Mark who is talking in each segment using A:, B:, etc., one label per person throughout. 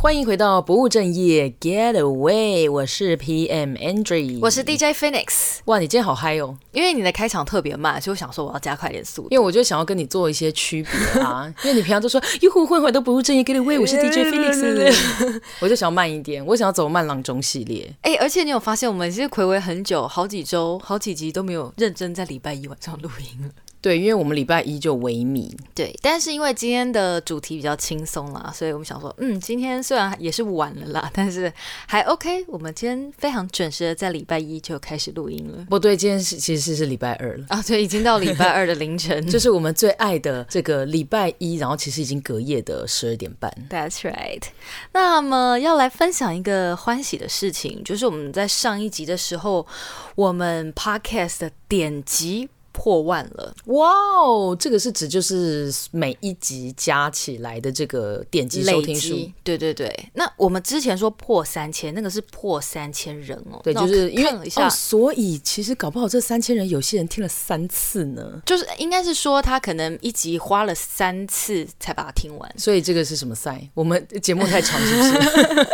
A: 欢迎回到不务正业 Get Away，我是 PM Andrew，
B: 我是 DJ Phoenix。
A: 哇，你今天好嗨哦！
B: 因为你的开场特别慢，所以我想说我要加快点速度。
A: 因为我就想要跟你做一些区别 啊，因为你平常都说哟呼混混都不务正业 Get Away，我是 DJ Phoenix，我就 想要慢一点，我想要走慢郎中系列。
B: 哎、而且你有发现我们其实暌违很久，好几周、好几集都没有认真在礼拜一晚上录音了。
A: 对，因为我们礼拜一就维米，
B: 对，但是因为今天的主题比较轻松啦，所以我们想说，嗯，今天虽然也是晚了啦，但是还 OK。我们今天非常准时的在礼拜一就开始录音了。
A: 不对，今天是其实是礼拜二了。
B: 啊，对，已经到礼拜二的凌晨。
A: 就是我们最爱的这个礼拜一，然后其实已经隔夜的十二点半。
B: That's right。那么要来分享一个欢喜的事情，就是我们在上一集的时候，我们 podcast 的点击破万了。
A: 哇哦，这个是指就是每一集加起来的这个点击收
B: 累
A: 听数
B: 积，，对对对。那我们之前说破三千，那个是破三千人哦。
A: 对，
B: 那我
A: 就是因为
B: 看了一下，
A: 哦，所以其实搞不好这三千人有些人听了三次呢。
B: 就是应该是说他可能一集花了三次才把它听完，
A: 所以这个是什么赛？我们节目太长是不是？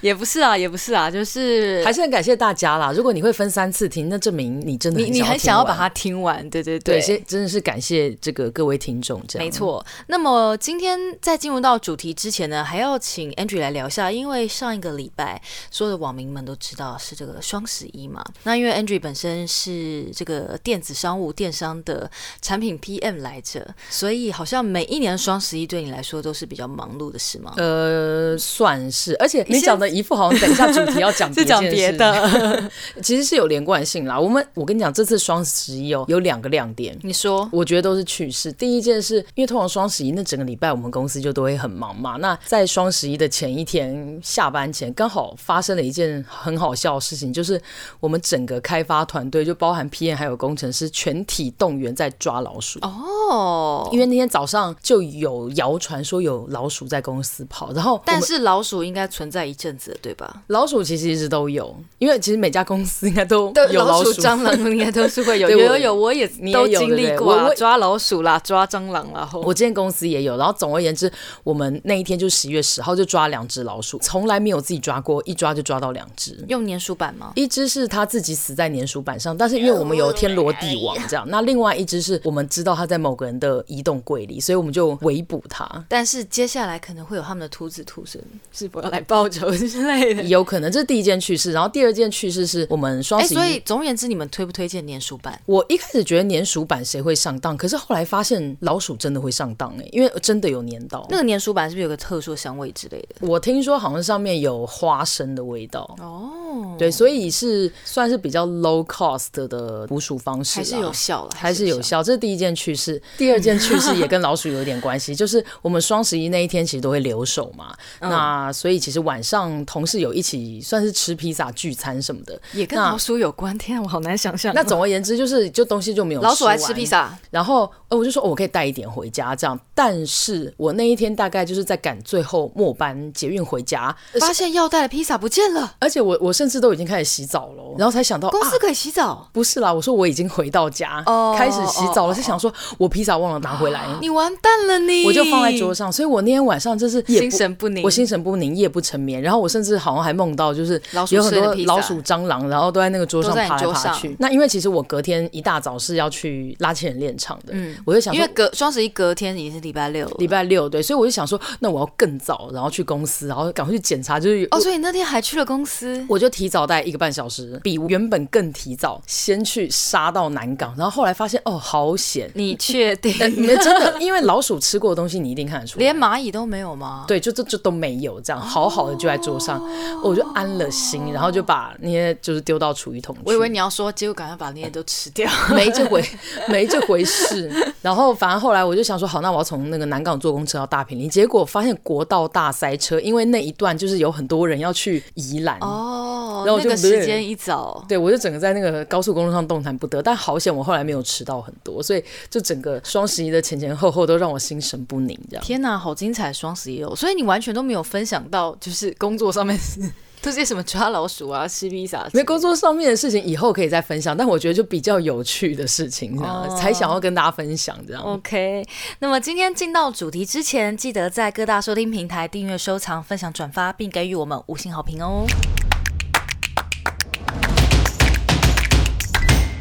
B: 也不是啊，也不是啊，就是
A: 还是很感谢大家啦！如果你会分三次听，那证明你真的
B: 你你很想要把
A: 听完
B: 它听完，对对
A: 对，先真的是感谢这个各位听众，这样
B: 没。错。那么今天在进入到主题之前呢，还要请 Andrew 来聊一下，因为上一个礼拜所有的网民们都知道是这个双十一嘛。那因为 Andrew 本身是这个电子商务电商的产品 PM 来着，所以好像每一年双十一对你来说都是比较忙碌的事吗？
A: 呃，算是，而且你
B: 先
A: 讲的一副好像等一下主题要 讲
B: 是讲别的，
A: 其实是有连贯性啦。我们我跟你讲，这次双十一哦，有两个亮点。
B: 你说
A: 我觉得都是趣事。第一件事，因为通常双十一那整个礼拜，我们公司就都会很忙嘛。那在双十一的前一天下班前，刚好发生了一件很好笑的事情，就是我们整个开发团队，就包含 PM 还有工程师，全体动员在抓老鼠。
B: 哦，
A: 因为那天早上就有谣传说有老鼠在公司跑，然后我们
B: 但是老鼠应该存在一阵子了，对吧？
A: 老鼠其实一直都有，因为其实每家公司应该都
B: 对，
A: 有
B: 老
A: 鼠。
B: 蟑螂应该都是会有，
A: 对
B: 有
A: 我
B: 有有，我也
A: 你也
B: 都
A: 有对
B: 经
A: 不
B: 历
A: 对
B: 过
A: 我
B: 啊
A: 我，
B: 抓老鼠啦，抓蟑螂啦，吼
A: 我之前公司也有，然后总而言之，我们那一天就十一月十号就抓两只老鼠，从来没有自己抓过，一抓就抓到两只。
B: 用粘鼠板吗？
A: 一只是它自己死在粘鼠板上，但是因为我们有天罗地网这样，那另外一只是我们知道它在某个人的移动柜里，所以我们就围捕它。
B: 但是接下来可能会有他们的徒子徒孙是否要来报仇之类的。
A: 有可能这是第一件趣事，然后第二件趣事是我们双
B: 哎、
A: 十一、
B: 所以总而言之，你们推不推荐粘鼠板？
A: 我一开始觉得粘鼠板谁会上当，可是后来发现老鼠真的会上当哎、因为真的有粘到。
B: 那个粘鼠板是不是有个特殊香味之类的？
A: 我听说好像上面有花生的味道哦，对，所以是算是比较 low cost 的捕鼠方式啦，
B: 还是有效了，
A: 还是有。效。这是第一件趣事，第二件趣事也跟老鼠有一点 关系，就是我们双十一那一天其实都会留守嘛，
B: 嗯
A: 那所以其实晚上同事有一起算是吃披萨聚餐什么的。
B: 也跟
A: 那
B: 老鼠有关，天、啊，我好难想象。
A: 那总而言之就是就东西就没有
B: 老鼠
A: 还
B: 还吃披萨，
A: 然后呃，我就说、哦我可以带一点回家这样，但是我那一天大概就是在赶最后末班捷运回家，呃
B: 发现要带的披萨不见了，
A: 而且我我甚至都已经开始洗澡了，然后才想到
B: 哦公
A: 啊
B: 司可以洗澡。
A: 不是啦，我说我已经回到家，
B: 哦
A: 开始洗澡了，
B: 哦哦啊
A: 才想说我披萨忘了拿回来，
B: 你完蛋了你！
A: 我就放在桌上，所以我那天晚上真是夜
B: 心神不宁。
A: 我心神不宁，夜不成眠，然后我甚至好像还梦到，就是
B: 老鼠
A: 有很
B: 吃的
A: 多
B: 披萨
A: 老鼠、蟑螂，然后都在那个桌上
B: 都在你
A: 爬来
B: 桌
A: 爬
B: 上
A: 去。那因为其实我隔天一大早是要去拉琴人练唱的，我就想
B: 嗯因
A: 说
B: 为隔双十一隔天已经是礼拜六了，
A: 礼拜六对，所以我就想说，那我要更早，然后去公司，然后赶快去检查，就是
B: 哦，所以你那天还去了公司。
A: 我就提早带一个半小时，比原本更提早，先去杀到南港，然后后来发现哦，好 险！呃
B: 你确定？
A: 你们真的，因为老鼠吃过的东西，你一定看得出来，
B: 连蚂蚁都没有吗？
A: 对，就这就都没有，这样好好的就在桌上，我就安了心，然后就把那些就是丢到厨余桶去。
B: 我 以为你要说，结果赶快把那些都吃掉。
A: 没这回 没这回事，然后反正后来我就想说，好，那我要从那个南港坐公车到大坪林，结果发现国道大塞车，因为那一段就是有很多人要去宜兰。
B: 哦，
A: 然后
B: 那
A: 就
B: 个
A: 不是
B: 时间一早，
A: 对，我就整个在那个高速公路上动弹不得，但好险我后来没有迟到很多，所以就整个双十一的前前后后都让我心神不宁，这样。
B: 天哪，好精彩！双十一哦，所以你完全都没有分享到，就是工作上面 是都是些什么抓老鼠啊、吃披萨之类的，
A: 没工作上面的事情以后可以再分享，但我觉得就比较有趣的事情，这样、
B: 哦
A: 才想要跟大家分享这样。
B: OK，那么今天进到主题之前，记得在各大收听平台订阅、收藏、分享、转发，并给予我们五星好评哦。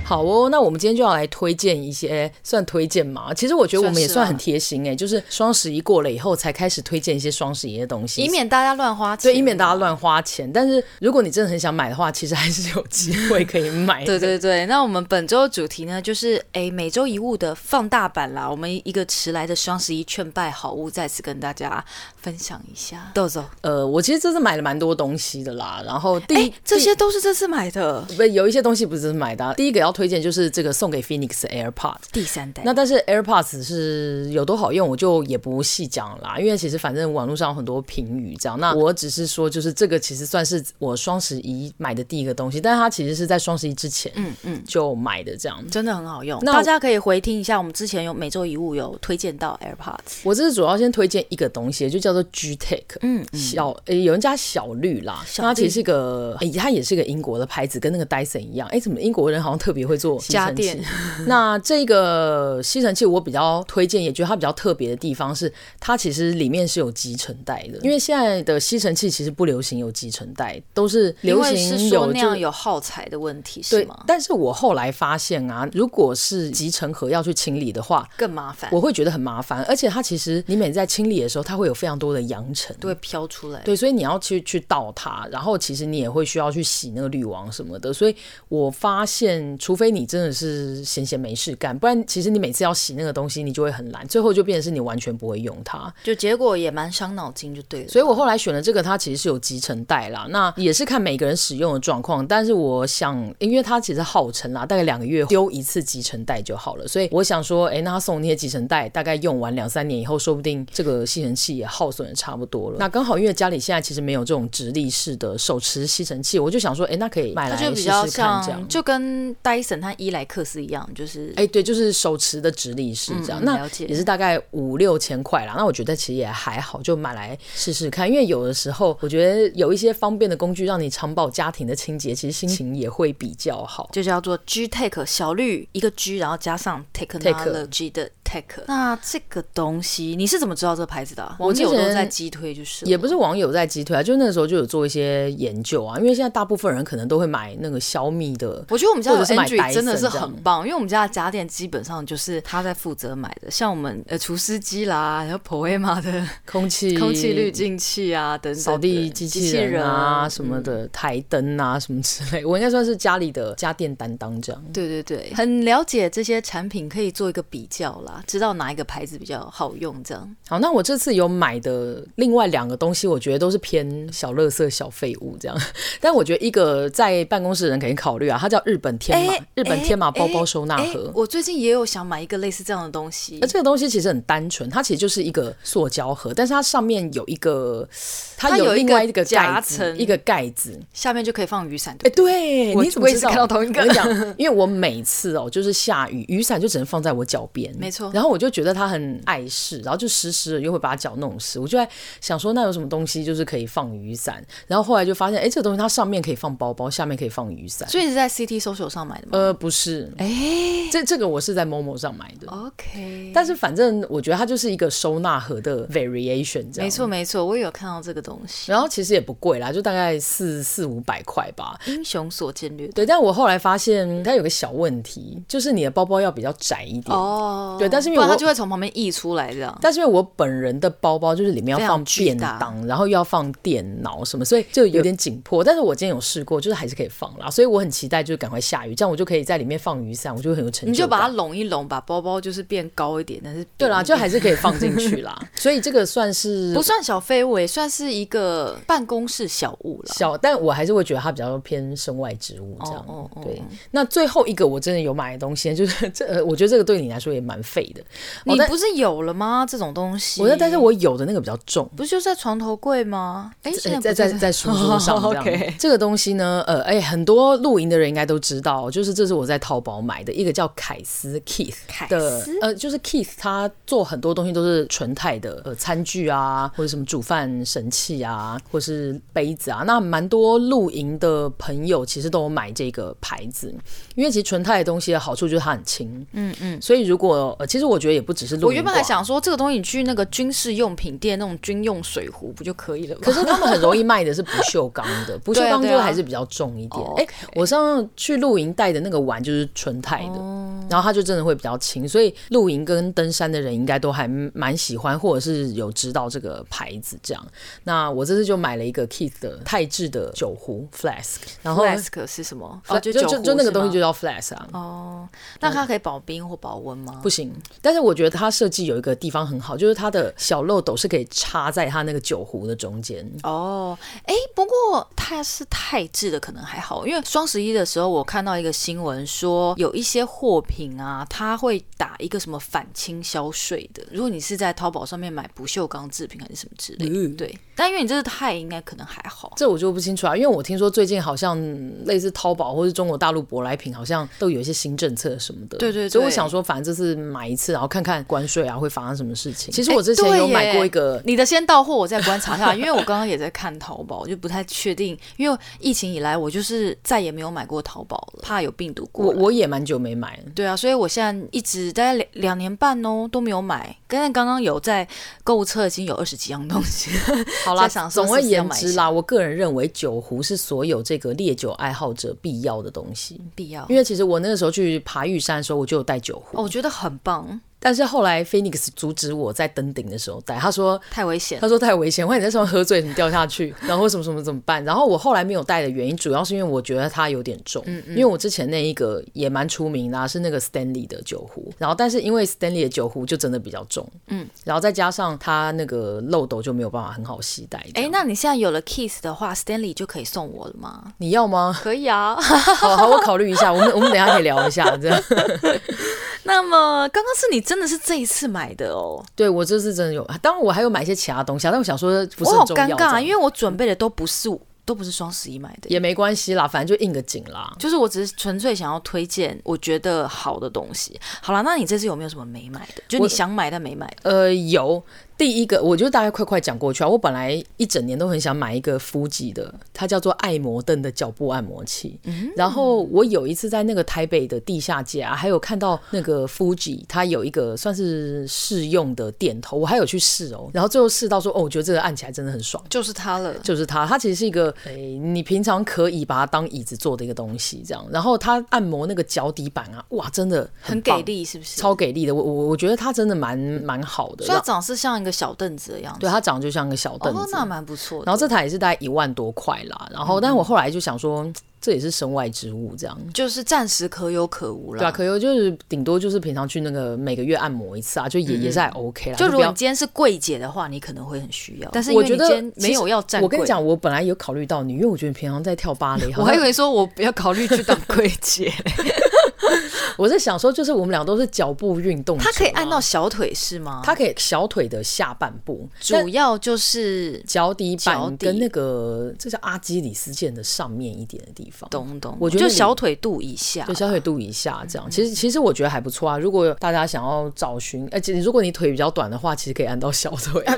A: 好哦，那我们今天就要来推荐一些，算推荐嘛？其实我觉得我们也
B: 算是啊
A: 算很贴心哎、就是双十一过了以后才开始推荐一些双十一的东西，
B: 以免大家乱花钱，
A: 对，以免大家。乱花钱。但是如果你真的很想买的话，其实还是有机会可以买的。
B: 对对对，那我们本周的主题呢，就是诶每周一物的放大版啦。我们一个迟来的双十一劝败好物，再次跟大家分享一下。豆豆，
A: 呃，我其实这次买了蛮多东西的啦，然后第一
B: 诶，哎这些都是这次买的
A: 第不有一些东西不是买的啊、第一个要推荐就是这个送给 Phoenix 的 AirPod。
B: 第三代。
A: 那但是 AirPods 是有多好用，我就也不细讲啦，因为其实反正网络上有很多评语这样。
B: 嗯
A: 那我只是说，就是这个其实算是我双十一买的第一个东西，但是它其实是在双十一之前，嗯嗯，就买的这样。
B: 真的很好用，
A: 那
B: 大家可以回听一下，我们之前有每周一物有推荐到 AirPods，
A: 我这是主要先推荐一个东西，就叫做 G Tech，嗯，小、呃有人叫它小绿啦，
B: 小
A: 那
B: 绿
A: 它其实是一个、诶它也是一个英国的牌子，跟那个 Dyson 一样。哎、怎么英国人好像特别会做吸
B: 家
A: 尘器
B: 电？
A: 那这个吸尘器我比较推荐，也觉得它比较特别的地方是，它其实里面是有集成袋的，因为现在的吸尘器其实不流行有集成袋，都是
B: 因
A: 流
B: 为
A: 行
B: 是说
A: 有
B: 那
A: 就
B: 样有耗材的问题是
A: 对
B: 吗，？
A: 但是我后来发现啊，如果是集成盒要去清理的话，
B: 更麻烦，
A: 我会觉得很麻烦，而且它其实你每次在清理的时候，它会有非常多的扬尘。
B: 都会飘出来。
A: 对，所以你要去去倒它，然后其实你也会需要去洗那个滤网什么的。所以我发现，除非你真的是闲闲没事干，不然其实你每次要洗那个东西，你就会很懒，最后就变成是你完全不会用它。
B: 就结果也蛮伤脑筋，就对了。
A: 所以我后来选的这个，它其实是有集成袋啦，那也是看每个人使用的状况。但是我想，因为它其实耗成啦，大概两个月丢一次集成袋就好了，所以我想说，诶，那他送那些集成袋，大概用完两三年以后，说不定这个吸尘器也耗损的差不多了。那刚好因为家里现在其实没有这种直立式的手持吸尘器，我就想说，诶，那可以买
B: 它
A: 来
B: 就
A: 试
B: 比
A: 试
B: 较
A: 看这
B: 像，
A: 样。
B: 就跟戴森和伊莱克斯一样，就是
A: 哎、对，就是手持的直立式这样，
B: 嗯嗯了
A: 那
B: 解
A: 也是大概五六千块啦。那我觉得其实也还好，就买来试试看。因为有的时候，我觉得有一些方便的工具，让你长保家庭的清洁，其实心情也会比较好。
B: 就叫做 G Tech 小绿一个 G，然后加上 technology 的 Tech。那这个东西你是怎么知道这个牌子的、啊？
A: 我
B: 网
A: 之
B: 友都
A: 前
B: 在击推，就是了
A: 也不是网友在击退啊，就那时候就有做一些研究啊，因为现在大部分人可能都会买那个小米的，
B: 我觉得我们家
A: 或
B: 的
A: 者是买
B: Andrew 真的
A: Dyson
B: 是
A: 这样
B: 很棒，因为我们家的家电基本上就是他在负责买的，像我们呃除湿机啦，然后 Poema 的
A: 空气
B: 空气滤、净器啊等等的，
A: 扫地机器人啊什么
B: 嗯
A: 的、台灯啊什么之类，我应该算是家里的家电担当这样。
B: 对对对，很了解这些产品，可以做一个比较啦，知道哪一个牌子比较好用，这样
A: 好，那我这次有买的另外两个东西，我觉得都是偏小垃圾、小废物这样。 但我觉得一个在办公室的人肯定考虑啊，它叫日本天马，
B: 哎
A: 日本天马包包收纳
B: 哎
A: 盒。
B: 我最近也有想买一个类似这样的东西
A: 那，这个东西其实很单纯，它其实就是一个塑胶盒，但是它上面有一个，它
B: 它有
A: 有
B: 一
A: 另
B: 个
A: 外一个
B: 夹
A: 盖子，
B: 层
A: 一个盖子。
B: 下面就可以放雨伞。
A: 哎、
B: 对不对
A: 对，
B: 我
A: 你怎么
B: 我也
A: 知
B: 是
A: 道？
B: 看到同一个
A: 我跟你讲，因为我每次哦，就是下雨，雨伞就只能放在我脚边，
B: 没错
A: 然后我就觉得它很碍事，然后就湿湿的，又会把脚弄湿。我就在想说，那有什么东西就是可以放雨伞？然后后来就发现，哎、这个东西它上面可以放包包，下面可以放雨伞。
B: 所以你是在 CT Social 上买的吗？
A: 呃，不是，
B: 哎、哦
A: 这这个我是在 Momo 上买的。
B: o k
A: 但是反正我觉得它就是一个收纳盒的 variation，这样
B: 没错没错，我也有看到这个东西，
A: 然后其实也不贵啦，就大概四四五百块吧。
B: 英雄所见略同。
A: 对，但我后来发现它有个小问题，就是你的包包要比较窄一点。
B: 哦，
A: 对但是因为
B: 不然它
A: 我
B: 就会从旁边溢出来这样。
A: 但是因为我本人的包包就是里面
B: 非
A: 要
B: 常
A: 放
B: 巨
A: 便
B: 大
A: 当，然后又要放电脑什么，所以就有点紧迫。但是我今天有试过，就是还是可以放啦，所以我很期待就是赶快下雨，这样我就可以在里面放雨伞，我就会很有成就
B: 你就把它
A: 感
B: 拢一拢，把包包就是变高一点，但是
A: 对啦，
B: 扁一
A: 就
B: 点
A: 还是可以放进去 啦。所以这个算是
B: 不算小废物，也算是一个办公室小物了。
A: 小，但我还是会觉得它比较偏身外之物这样。
B: 哦哦哦
A: 对，那最后一个我真的有买的东西，就是这，呃我觉得这个对你来说也蛮废类的。哦
B: 你
A: 但
B: 不是有了吗？这种东西，
A: 我但是我有的那个比较重。
B: 不是就在床头柜吗？哎，现
A: 呃
B: 不
A: 在在在书桌上这样
B: OK
A: 这个东西呢，呃，哎、很多露营的人应该都知道，就是这是我在淘宝买的一个叫凯斯 Keith
B: 凯
A: 的
B: 斯，
A: 呃，就是 Keith 他做很多东西都是纯钛的，呃，餐具啊，或者什么煮饭神器啊，或是杯子啊，那蛮多露营的朋友其实都有买这个牌子，因为其实纯钛的东西的好处就是它很轻，嗯嗯，所以如果呃，其实我觉得也不只是露营，
B: 我原本还。想说，这个东西你去那个军事用品店那种军用水壶不就可以了吗？
A: 可是他们很容易卖的是不锈钢 的，不锈钢
B: 对啊
A: 就还是比较重一点。
B: 哦
A: 哎、
B: ，OK
A: 我上次去露营带的那个碗就是纯钛的，
B: 哦
A: 然后它就真的会比较轻，所以露营跟登山的人应该都还蛮喜欢，或者是有知道这个牌子这样。那我这次就买了一个 Keith 的泰制的酒壶 flask，然后
B: flask 是什么？哦，
A: 就
B: 酒
A: 就
B: 壶
A: 就那个
B: 是
A: 东西
B: 吗
A: 就叫 flask 啊。
B: 哦，那它可以保冰或保温吗？
A: 不行，但是我觉得它设计有一个地方很好，就是它的小漏斗是可以插在它那个酒壶的中间。
B: 哦，哎，不过它是泰制的，可能还好，因为双十一的时候我看到一个新闻说，有一些货品啊，它会打一个什么反倾销税的。如果你是在淘宝上面买不锈钢制品还是什么之类的，
A: 嗯
B: 对。但因为你这是泰，应该可能还好。
A: 这我就不清楚啊，因为我听说最近好像类似淘宝或是中国大陆舶来品，好像都有一些新政策什么的。
B: 对对对
A: 所以我想说，反正这次买一次，然后看看关税啊会发生什么事情。其实
B: 哎
A: 我之前
B: 对
A: 有买过
B: 耶
A: 一个，
B: 你的先到货，我再观察一下，因为我刚刚也在看淘宝，我就不太确定，因为疫情以来我就是再也没有买过淘宝了，怕有病毒过
A: 我
B: 来。
A: 我也蛮久没买了。
B: 对啊，所以我现在一直大概两两年半哦都没有买，刚才刚刚有在购物车已经有二十几样东西，
A: 好啦，
B: 在想说
A: 总而
B: 是不是要
A: 言
B: 买
A: 之啦，我个人认为酒壶是所有这个烈酒爱好者必要的东西。
B: 必要。
A: 因为其实我那个时候去爬玉山的时候，我就有带酒壶，
B: 哦，我觉得很棒，
A: 但是后来 Phoenix 阻止我在登顶的时候带，他说
B: 太危险。
A: 他说太危险，万一你在上面喝醉什么掉下去，然后什么什么怎么办？然后我后来没有带的原因，主要是因为我觉得它有点重，
B: 嗯
A: 因为我之前那一个也蛮出名的、啊，是那个 Stanley 的酒壶，然后但是因为 Stanley 的酒壶就真的比较重，嗯，然后再加上它那个漏斗就没有办法很好携带。
B: 哎、
A: 哎，
B: 那你现在有了 Kiss 的话，Stanley 就可以送我了吗？
A: 你要吗？
B: 可以啊。
A: 好好，我考虑一下，我们我们等一下可以聊一下，这样。
B: 那么刚刚是你真的是这一次买的哦，
A: 对我这次真的有，当然我还有买一些其他东西啊，但我想说不
B: 我
A: 是
B: 好
A: 很重要嗯
B: 尴尬、啊，因
A: 为
B: 为我准备的都不是都不是双十一买的。
A: 也没关系啦，反正就应个景啦。
B: 就是我只是纯粹想要推荐我觉得好的东西。好了，那你这次有没有什么没买的？就你
A: 我
B: 想买但没买的？
A: 呃，有第一个，我就大概快快讲过去啊。我本来一整年都很想买一个 Fuji 的，它叫做爱摩登的脚部按摩器。
B: 嗯
A: 然后我有一次在那个台北的地下街啊，还有看到那个 Fuji，它有一个算是试用的店头，我还有去试哦。然后最后试到说，哦，我觉得这个按起来真的很爽。
B: 就是它了。
A: 就是它，它其实是一个诶、你平常可以把它当椅子坐的一个东西，这样。然后它按摩那个脚底板啊，哇，真的
B: 很
A: 棒
B: 给，力，是不是？
A: 超给力的。我我我觉得它真的蛮蛮好的。
B: 所以它长是像一个小凳子的样子。
A: 对，它长得就像个小凳
B: 哦，
A: 子。
B: 那嗯蛮不错的。
A: 然后这台也是大概一万多块啦。然后，但我后来就想说，这也是身外之物，这样。
B: 就是暂时可有可无
A: 对啊，
B: 啦。
A: 可有就是顶多就是平常去那个每个月按摩一次啊，就也也是还 OK 啦。
B: 嗯就如
A: 不
B: 果
A: 要
B: 你今天是柜姐的话，你可能会很需要。但是因
A: 我
B: 为你
A: 觉
B: 今
A: 得
B: 天
A: 其实
B: 没有要站
A: 我跟你
B: 柜，
A: 讲，我本来有考虑到你，因为我觉得你平常在跳芭蕾，
B: 我
A: 好
B: 还以
A: 像
B: 为说我不要考虑去当柜姐。
A: 我在想说，就是我们俩都是脚步运动者啊，
B: 它可以按到小腿是吗？
A: 它可以小腿的下半部，
B: 主要就是
A: 脚底
B: 脚
A: 板
B: 底
A: 跟那个这叫阿基里斯腱的上面一点的地方。
B: 懂懂，
A: 我觉得
B: 就
A: 你
B: 小腿肚以下
A: 对，。小腿肚以下这
B: 嗯
A: 样，其实其实我觉得还不错啊。如果大家想要找寻，而且如果你腿比较短的话，其实可以按到小腿 啊、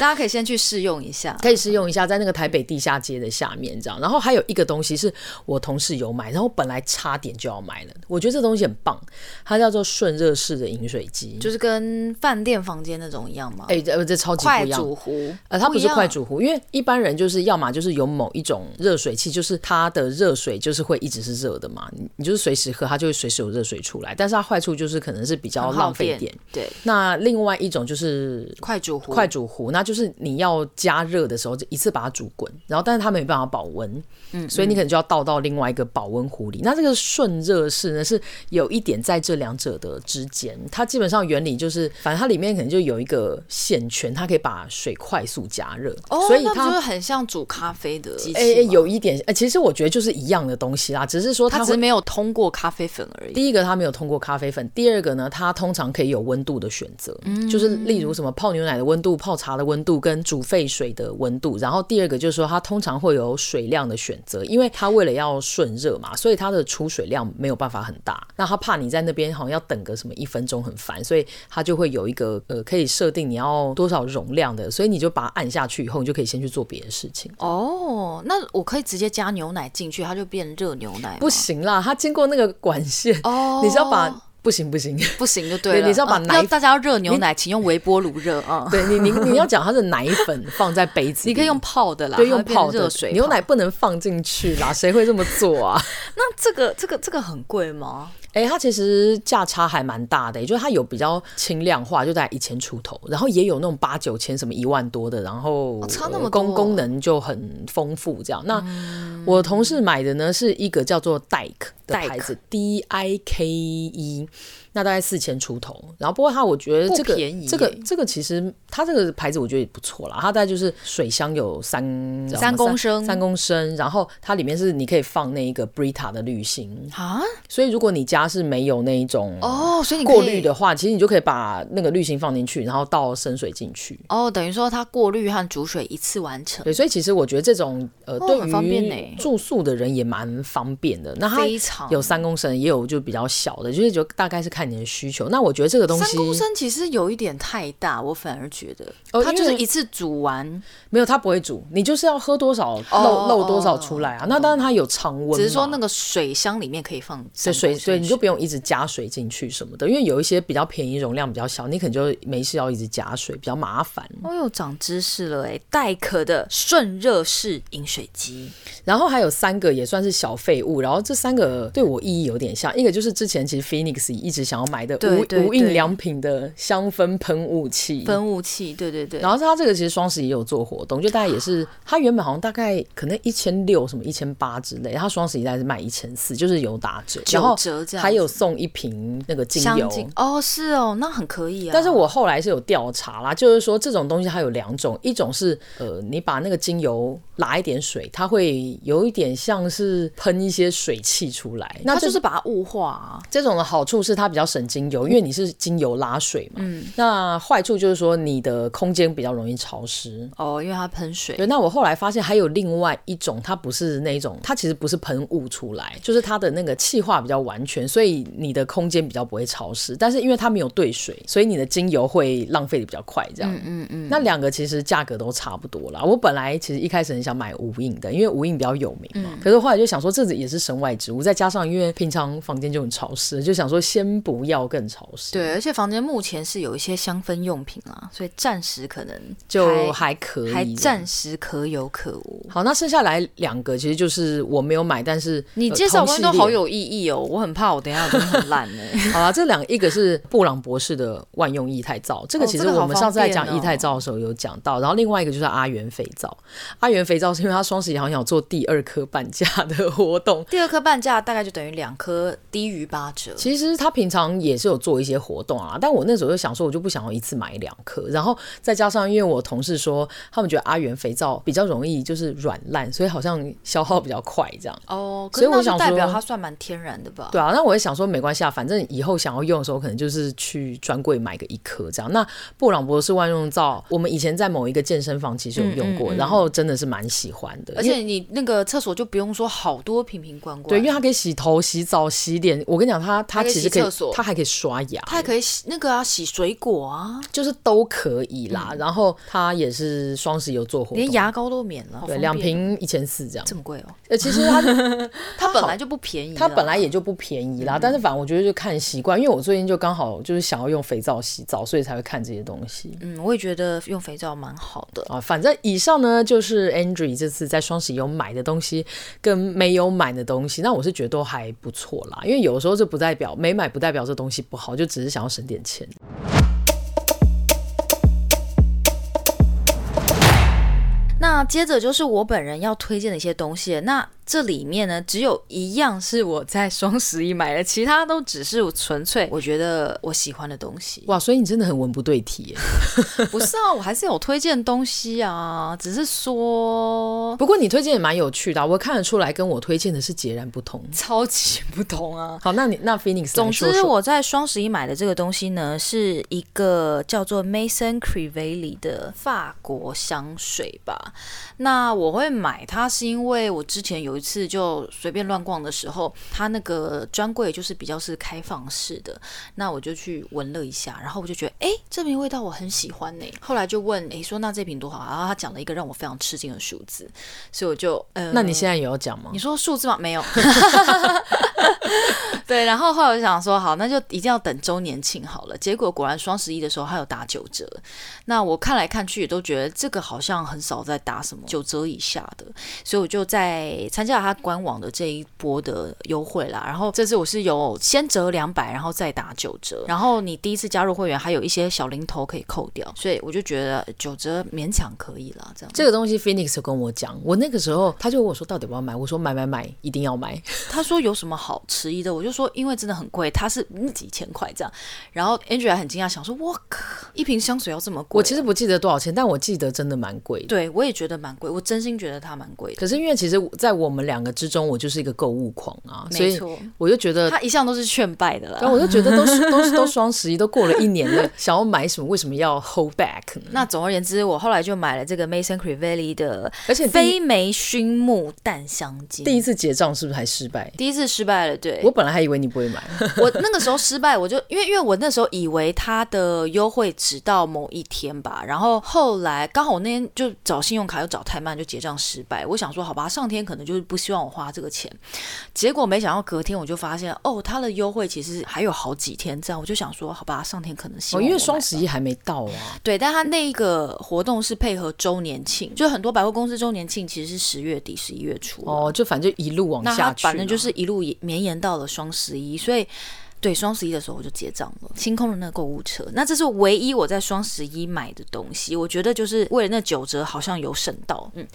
B: 大家可以先去试用一下。
A: 可以试用一下，在那个台北地下街的下面这样。然后还有一个东西是我同事有买，然后本来差点就要买了，我觉得这东西很棒，它叫做顺热式的饮水机，
B: 就是跟饭店房间那种一样吗？
A: 哎、这这超级
B: 快
A: 不一样
B: 煮。壶，
A: 呃，它不是
B: 一样
A: 快，煮壶，因为一般人就是要么就是有某一种热水器，就是它的热水就是会一直是热的嘛，你你就是随时喝，它就会随时有热水出来。但是它坏处就是可能是比较
B: 很耗
A: 浪费
B: 电
A: 电。
B: 对，
A: 那另外一种就是
B: 快煮壶，
A: 快煮壶，那就是你要加热的时候就一次把它煮滚，然后但是它没办法保温，嗯，所以你可能就要倒到另外一个保温壶里。那这个顺热式呢是有一点在这两者的之间，它基本上原理就是，反正它里面可能就有一个线圈，它可以把水快速加热，
B: 哦，
A: 所以
B: 那不就
A: 它
B: 是。很像煮咖啡的机器
A: 哎、哎
B: 吗
A: 有一点，哎、其实我觉得就是一样的东西啦，只是说它
B: 它
A: 会
B: 只是没有通过咖啡粉而已。
A: 第一个，它没有通过咖啡粉；第二个呢，它通常可以有温度的选择，就是例如什么泡牛奶的温度、泡茶的温度跟煮沸水的温度。然后第二个就是说，它通常会有水量的选择，因为它为了要顺热嘛，所以它的出水量没有办法很大。那它怕你在那边好像要等个什么一分钟很烦，所以它就会有一个呃可以设定你要多少容量的，所以你就把它按下去以后，你就可以先去做别的事情。
B: 哦，那我可以直接加牛奶进去，它就变热牛奶吗。
A: 不行啦，它经过那个管线，
B: 哦，
A: 你是要把不行不行。
B: 不行就对了。
A: 对你是要把
B: 嗯
A: 奶
B: 要大家要热牛奶，请用微波炉热啊。嗯
A: 对你，你你要讲它的奶粉放在杯子里，
B: 你可以用泡的啦，
A: 对
B: 它会
A: 用泡
B: 变
A: 的
B: 热水泡
A: 牛奶。不能放进去啦，谁会这么做啊？
B: 那这个这个这个很贵吗？
A: 哎、它其实价差还蛮大的、也就是它有比较轻量化，就在一千出头，然后也有那种八九千什么一万多的，然后、
B: 哦差那
A: 呃
B: 么多嗯
A: 功功能就很丰富这样。那、我同事买的呢是一个叫做 Dike 的
B: Dike
A: 牌子，D I K E，那大概四千出头。然后不过它我觉得
B: 不
A: 这个
B: 便宜
A: 这个
B: 耶
A: 这个其实它这个牌子我觉得也不错啦，它大概就是水箱有三
B: 三公升
A: 三公升，然后它里面是你可以放那一个 Brita 的滤芯，
B: 啊？
A: 所以如果你家是没有那一种
B: 哦，所以你可以
A: 过滤的话，其实你就可以把那个滤芯放进去，然后倒生水进去。
B: 哦，等于说它过滤和煮水一次完成，
A: 对，所以其实我觉得这种呃，对
B: 哦很方便
A: 于
B: 呢
A: 住宿的人也蛮方便的。那它
B: 非常
A: 有三公升，也有就比较小的，就是就大概是看你的需求。那我觉得这个东
B: 三
A: 西
B: 公升其实有一点太大，我反而觉得、
A: 哦
B: 它就是
A: 因为
B: 一次煮完，
A: 没有它不会煮，你就是要喝多少漏
B: 哦
A: 漏多少出来啊。那当然它有常温嘛，
B: 只是说那个水箱里面可以放
A: 对
B: 三公
A: 水，
B: 升
A: 对你就不用一直加水进去什么的，因为有一些比较便宜、容量比较小，你可能就没事要一直加水，比较麻烦。
B: 哦哟，长知识了哎！带壳的顺热式饮水机，
A: 然后还有三个也算是小废物，然后这三个对我意义有点像，一个就是之前其实 Phoenix 一直想要买的
B: 对对
A: 无无印
B: 对
A: 良品的香氛喷雾器。
B: 分雾器，对对对
A: 嗯然。后它这个其实双十一也有做活动，就大概也是它原本好像大概可能一千六什么一千八之类，它双十一大概是卖一千四，就是有打折，
B: 九
A: 然后
B: 折这样
A: 还有送一瓶那个精
B: 香
A: 油，
B: 精哦，是哦，那很可以啊。
A: 但是我后来是有调查啦，就是说这种东西它有两种，一种是呃，你把那个精油拉一点水，它会有一点像是喷一些水汽出来。那
B: 它
A: 这
B: 就是把它雾化啊。
A: 这种的好处是它比较省精油，因为你是精油拉水嘛。
B: 嗯
A: 那坏处就是说你的空间比较容易潮湿。
B: 哦，因为它喷水。
A: 对，那我后来发现还有另外一种，它不是那种，它其实不是喷雾出来，就是它的那个气化比较完全，所以你的空间比较不会潮湿。但是因为它没有兑水，所以你的精油会浪费的比较快，这样。嗯嗯嗯。那两个其实价格都差不多啦。我本来其实一开始很想买无印的，因为无印比较有名
B: 嗯
A: 嘛。可是后来就想说，这也是身外之物，再加上因为平常房间就很潮湿，就想说先不要更潮湿。。
B: 对，而且房间目前是有一些香氛用品啊，所以暂时可能
A: 就
B: 还
A: 还可以，呃
B: 还暂时可有可无。
A: 好，那剩下来两个其实就是我没有买，但是
B: 你
A: 呃
B: 介绍
A: 同
B: 完
A: 系
B: 都
A: 列
B: 好有意义哦，我很怕我等一下真的很烂哎、
A: 好啦，这两个一个是布朗博士的万用液态皂，这个
B: 哦
A: 其实
B: 这个好
A: 我们上次在讲
B: 方便
A: 液
B: 哦
A: 态皂的时候有讲到，然后另外一个就是阿元肥皂。阿元肥皂是因为它双十一好像有做第二颗半价的活动，
B: 第二颗半价大概就等于两颗低于八折。
A: 其实他平常也是有做一些活动啊，但我那时候就想说，我就不想要一次买两颗，然后再加上因为我同事说他们觉得阿元肥皂比较容易就是软烂，所以好像消耗比较快这样。
B: 哦，可
A: 所以
B: 是
A: 我
B: 那
A: 想
B: 就代表
A: 说
B: 它算蛮天然的吧？
A: 对啊，那我也想说没关系啊，反正以后想要用的时候，可能就是去专柜买个一颗这样。那布朗博士万用皂，我们以前在某一个健身房其实有用过，然后真的是蛮喜欢的，
B: 嗯而
A: 因为
B: 且你那个厕所就不用说好多瓶瓶罐罐，
A: 对，因为它可以洗头、洗澡、洗脸。我跟你讲，它它
B: 还可以
A: 其实
B: 洗
A: 可以
B: 厕所，
A: 它还可以刷牙，
B: 它还可以洗那个啊，洗水果啊，
A: 就是都可以啦。然后它也是双十一有做活
B: 嗯连
A: 动，
B: 牙膏都免了，好
A: 对，
B: 方
A: 两
B: 便哦
A: 瓶一千四这样。
B: 这么贵哦，
A: 呃，其实它 它
B: 它本
A: 好
B: 来就不便宜啦，
A: 它本来也就不便宜
B: 嗯
A: 啦，但是反正我觉得就看习惯，因为我最近就刚好就是想要用肥皂洗澡，所以才会看这些东西。
B: 嗯，我也觉得用肥皂蛮好的。
A: 啊，反正以上呢就是 Andrew 这次在双十一有买的东西跟没有买的东西，那我是觉得都还不错啦，因为有时候这不代表没买不代表这东西不好，就只是想要省点钱。
B: 那接着就是我本人要推荐的一些东西了。那这里面呢，只有一样是我在双十一买的，其他都只是我纯粹我觉得我喜欢的东西。
A: 哇，所以你真的很文不对题耶。
B: 不是啊，我还是有推荐东西啊，只是说
A: 不过你推荐也蛮有趣的啊、我看得出来跟我推荐的是截然不同。
B: 超级不同啊。
A: 好，那你那 Phoenix
B: 总
A: 来说
B: 之，
A: 说
B: 我在双十一买的这个东西呢，是一个叫做 Mason Crivelli 的法国香水吧。那我会买它，是因为我之前有一次就随便乱逛的时候，它那个专柜就是比较是开放式的，那我就去闻了一下，然后我就觉得，哎、这瓶味道我很喜欢呢、后来就问，哎、说那这瓶多少啊？然后他讲了一个让我非常吃惊的数字，所以我就，呃，
A: 那你现在也要讲吗
B: 你？说数字吗？没 有。对，然后后来我就想说，好，那就一定要等周年庆好了。结果果然双十一的时候还有打九折，那我看来看去也都觉得这个好像很少在打什么九折以下的，所以我就在参加了它官网的这一波的优惠啦。然后这次我是有先折两百，然后再打九折，然后你第一次加入会员还有一些小零头可以扣掉，所以我就觉得九折勉强可以啦，这样。
A: 这个东西 Phoenix 有跟我讲，我那个时候他就问我说到底要不要买，我说买买买，一定要买。
B: 他说有什么好迟疑的？我就说因为真的很贵，它是嗯几千块这样。然后 Angela 很惊讶，想说我靠，一瓶香水要这么贵？
A: 我其实不记得多少钱，但我记得真的蛮贵的。
B: 对我也觉得蛮贵，我真心觉得它蛮贵的。
A: 可是因为其实，在我们两个之中，我就是一个购物狂啊，所
B: 没
A: 以呃
B: 错，
A: 我就觉得，
B: 他一向都是劝败的
A: 然后
B: 啦。
A: 我就觉得都是 都是都双十一都过了一年了， 想要买什么，为什么要 hold back 呢？
B: 那总而言之，我后来就买了这个 Mason Crivelli 的
A: 而且第一
B: 飞梅熏木淡香精。
A: 第一次结账是不是还失败？
B: 第一次失败了，对
A: 我本来还以为你不会 买，
B: 我那个时候失败，我就因为因为我那时候以为它的优惠只到某一天吧，然后后来刚好我那天就找信用卡又找太慢，就结账失败。我想说好吧，上天可能就是不希望我花这个钱，结果没想到隔天我就发现哦，它的优惠其实还有好几天，这样我就想说好吧，上天可能希
A: 哦，
B: 望
A: 因为
B: 我买
A: 双十一还没到 啊。
B: 对，但它那一个活动是配合周年庆，就很多百货公司周年庆其实是十月底十一月初
A: 哦，就反正就一路往
B: 那
A: 下
B: 它
A: 去嘛，
B: 啊反正就是一路也绵延到了双十一，所以对双十一的时候我就结账了，清空了那个购物车。那这是唯一我在双十一买的东西，我觉得就是为了那九折好像有省到。嗯，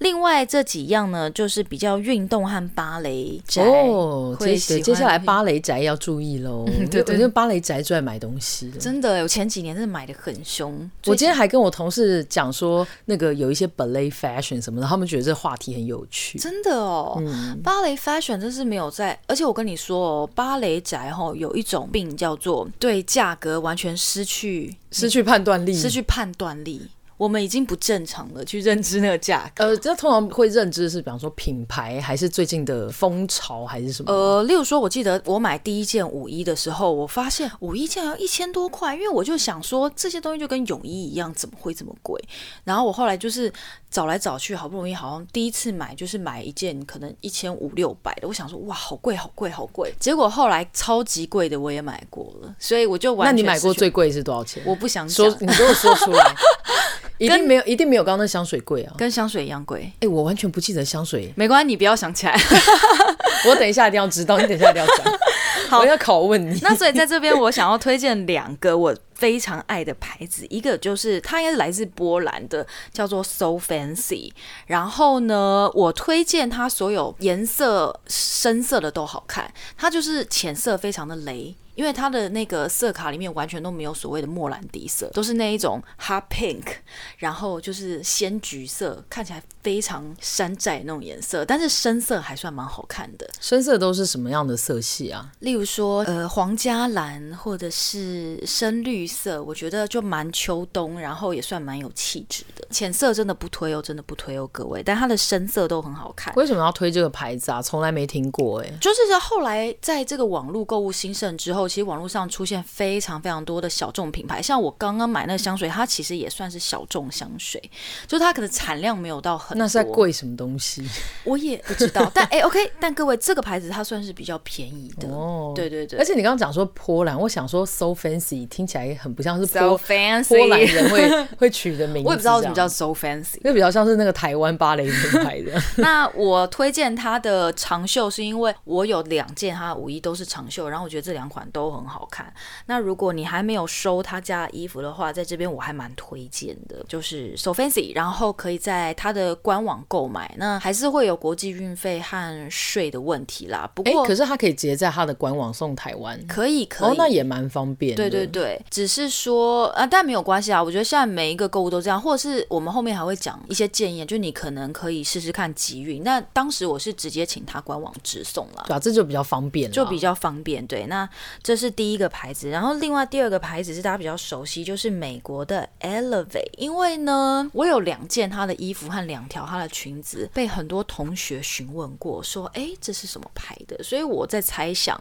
B: 另外这几样呢，就是比较运动和芭蕾宅
A: 哦，
B: 会
A: 接
B: 喜
A: 对
B: 欢
A: 接下来
B: 的
A: 芭蕾宅要注意 喽。
B: 对
A: 我觉
B: 对
A: 得芭蕾宅最爱买东西的。
B: 真的，我前几年真的买的很凶。
A: 我今天还跟我同事讲说，那个有一些 ballet fashion 什么的，他们觉得这话题很有趣。
B: 真的哦，
A: 嗯
B: 芭蕾 fashion 真是没有在，而且我跟你说哦，芭蕾宅吼、有一种病叫做对价格完全失去
A: 失去判断力，
B: 失去判断力。我们已经不正常了，去认知那个价格。
A: 呃，这通常会认知是，比方说品牌，还是最近的风潮，还是什么？
B: 呃，例如说，我记得我买第一件五一的时候，我发现五一竟然要一千多块，因为我就想说这些东西就跟泳衣一样，怎么会这么贵？然后我后来就是找来找去，好不容易好像第一次买就是买一件可能一千五六百的，我想说哇，好贵，好贵，好贵。结果后来超级贵的我也买过了，所以我就完
A: 那
B: 全
A: 你买过
B: 失去
A: 最贵是多少钱？
B: 我不 想
A: 说
B: 讲，，
A: 你给我说出 来，一定没有，一定没有刚刚那香水贵啊！
B: 跟香水一样贵。
A: 哎、我完全不记得香水，
B: 没关系，你不要想起来。
A: 我等一下一定要知道，你等一下一定要 讲，我要拷问你。
B: 那所以在这边，我想要推荐两个我非常爱的牌子，一个就是它应该是来自波兰的，叫做 So Fancy。然后呢，我推荐它所有颜色深色的都好看，它就是浅色非常的雷。因为它的那个色卡里面完全都没有所谓的莫兰迪色，都是那一种 hot pink，然后就是鲜橘色，看起来非常山寨那种颜色，但是深色还算蛮好看的。
A: 深色都是什么样的色系啊？
B: 例如说，呃，皇家蓝或者是深绿色，我觉得就蛮秋冬，然后也算蛮有气质的。浅色真的不推哦，真的不推哦，各位，但它的深色都很好看。
A: 为什么要推这个牌子啊？从来没听过哎、
B: 就是后来在这个网络购物兴盛之后，其实网络上出现非常非常多的小众品牌，像我刚刚买那个香水，它其实也算是小众香水，就它可能产量没有到很多。
A: 那是在贵什么东西？
B: 我也不知道，但哎、o k 但各位这个牌子它算是比较便宜的，
A: 哦
B: 对对对，
A: 而且你刚刚讲说波兰，我想说 so fancy 听起来很不像是波
B: fancy
A: 波兰人会 会取的名字，
B: 我也不知道为什么叫 So Fancy。
A: 那比较像是那个台湾芭蕾品牌的。
B: 那我推荐它的长袖，是因为我有两件它的舞衣都是长袖，然后我觉得这两款都很好看。那如果你还没有收他家的衣服的话，在这边我还蛮推荐的，就是 So Fancy，然后可以在它的官网购买。那还是会有国际运费和税的问题啦，不
A: 哎、
B: 过
A: 可是它可以直接在它的官网送台湾，
B: 可以可以。
A: 哦，那也蛮方便的。
B: 对对对，只是说啊，但没有关系啊。我觉得现在每一个购物都这样，或者是我们后面还会讲一些建议，就你可能可以试试看集运。那当时我是直接请他官网直送啦。
A: 对啊，这就比较方便啦，
B: 就比较方便，对。那这是第一个牌子，然后另外第二个牌子是大家比较熟悉，就是美国的 Elevate。因为呢，我有两件她的衣服和两条她的裙子，被很多同学询问过，说：“诶，这是什么牌的？”所以我在猜想，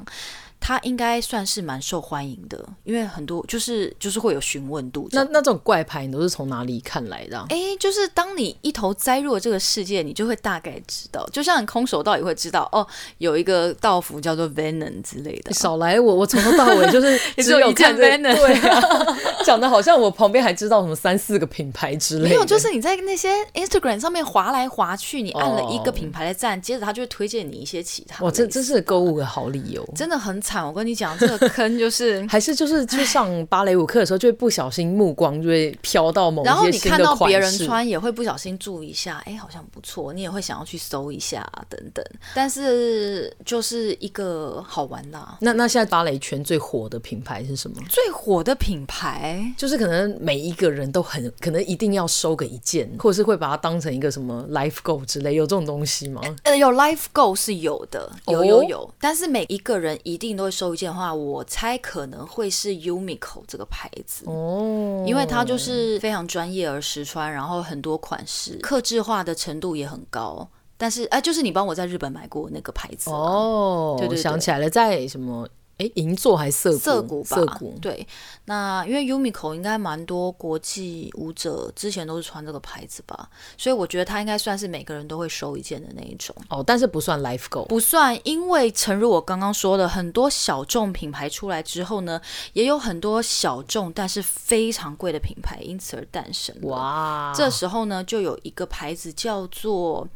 B: 它应该算是蛮受欢迎的，因为很多就是就是会有询问度这
A: 那
B: 样。
A: 那种怪牌，你都是从哪里看来的啊、
B: 诶，就是当你一头栽入了这个世界，你就会大概知道，就像你空手道也会知道哦，有一个道服叫做 Venom 之类的啊。
A: 少来我，我从头到尾就是
B: 也只
A: 只
B: 有一件
A: 看这
B: banner
A: 对啊， 讲的好像我旁边还知道什么三四个品牌之类的。
B: 没有，就是你在那些 Instagram 上面滑来滑去，你按了一
A: 哦
B: 个品牌的赞接着他就会推荐你一些其他类
A: 哇，
B: 似。
A: 这真是购物的好理 由。。
B: 真的很惨，我跟你讲，这个坑就是
A: 还是就是去上芭蕾舞课的时候，就会不小心目光就会飘到某一
B: 然后
A: 些
B: 你
A: 新
B: 看
A: 的
B: 到
A: 款
B: 别人
A: 式。
B: 穿，也会不小心注意一下，哎，好像不错，你也会想要去搜一下、啊等等。但是就是一个好玩啊啦、
A: 那那现在芭蕾圈最火的品牌是什么？
B: 最火的品牌
A: 就是可能每一个人都很可能一定要收个一件，或者是会把它当成一个什么 life goal 之类，有这种东西吗？
B: 呃，有 Life Go 是有的，有有
A: 哦
B: 有，但是每一个人一定都会收一件的话，我猜可能会是 Umiko 这个牌子
A: 哦，
B: 因为它就是非常专业而实穿，然后很多款式，克制化的程度也很高。但是哎、就是你帮我在日本买过那个牌子啊
A: 哦，
B: 对对对
A: 想起来了，在什么？哎，银座还是
B: 涩
A: 涩
B: 谷
A: 谷？
B: 吧，
A: 涩谷，
B: 对，那因为 Umiko 应该蛮多国际舞者之前都是穿这个牌子吧，所以我觉得它应该算是每个人都会收一件的那一种。
A: 哦，但是不算 life goal。
B: 不算，因为诚如我刚刚说的，很多小众品牌出来之后呢，也有很多小众但是非常贵的品牌因此而诞生了。
A: 哇，
B: 这时候呢，就有一个牌子叫做，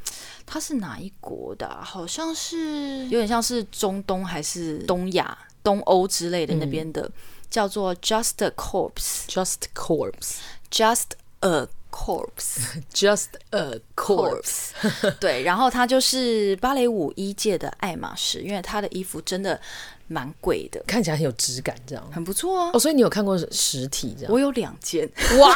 B: 它是哪一国的啊、好像是有点像是中东还是东亚、东欧之类的那边的，叫做 Just a Corpse，Just
A: just corpse，just
B: a Corpse
A: a corpse。
B: Corpse，对，然后它就是芭蕾舞一届的爱马仕，因为它的衣服真的蛮贵的，
A: 看起来很有质感，这样。
B: 很不错啊。
A: 哦，所以你有看过实体这样？
B: 我有两件，
A: 哇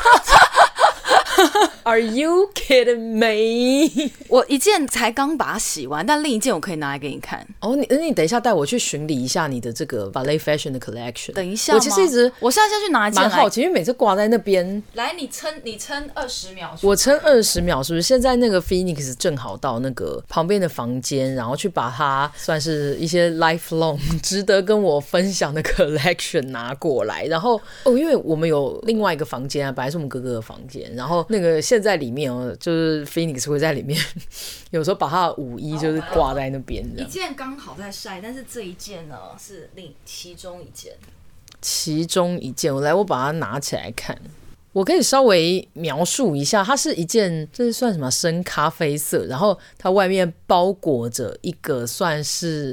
A: ！Are you kidding me？
B: 我一件才刚把它洗完，但另一件我可以拿来给你看。
A: 哦，你你等一下带我去巡礼一下你的这个 ballet fashion 的 collection。
B: 等一下吗，
A: 我其实一直
B: 我现在先去拿一件
A: 蛮
B: 来
A: 好奇，因为每次挂在那边，
B: 来，你撑，你撑二十秒。
A: 我撑二十秒，是不是？现在那个 Phoenix 正好到那个旁边的房间，然后去把它算是一些 lifelong 值得跟我分享的 collection 拿过来。然后哦，因为我们有另外一个房间啊，本来是我们哥哥的房间，然后那个现在里面哦，就是 Phoenix 会在里面， 有时候把他的舞衣就是挂在那边这
B: 一
A: 样。
B: 件刚好在晒，但是这一件呢是另其中一件。
A: 其中一件，我来，我把它拿起来看。我可以稍微描述一下，它是一件，这是算什么深咖啡色，然后它外面包裹着一个算是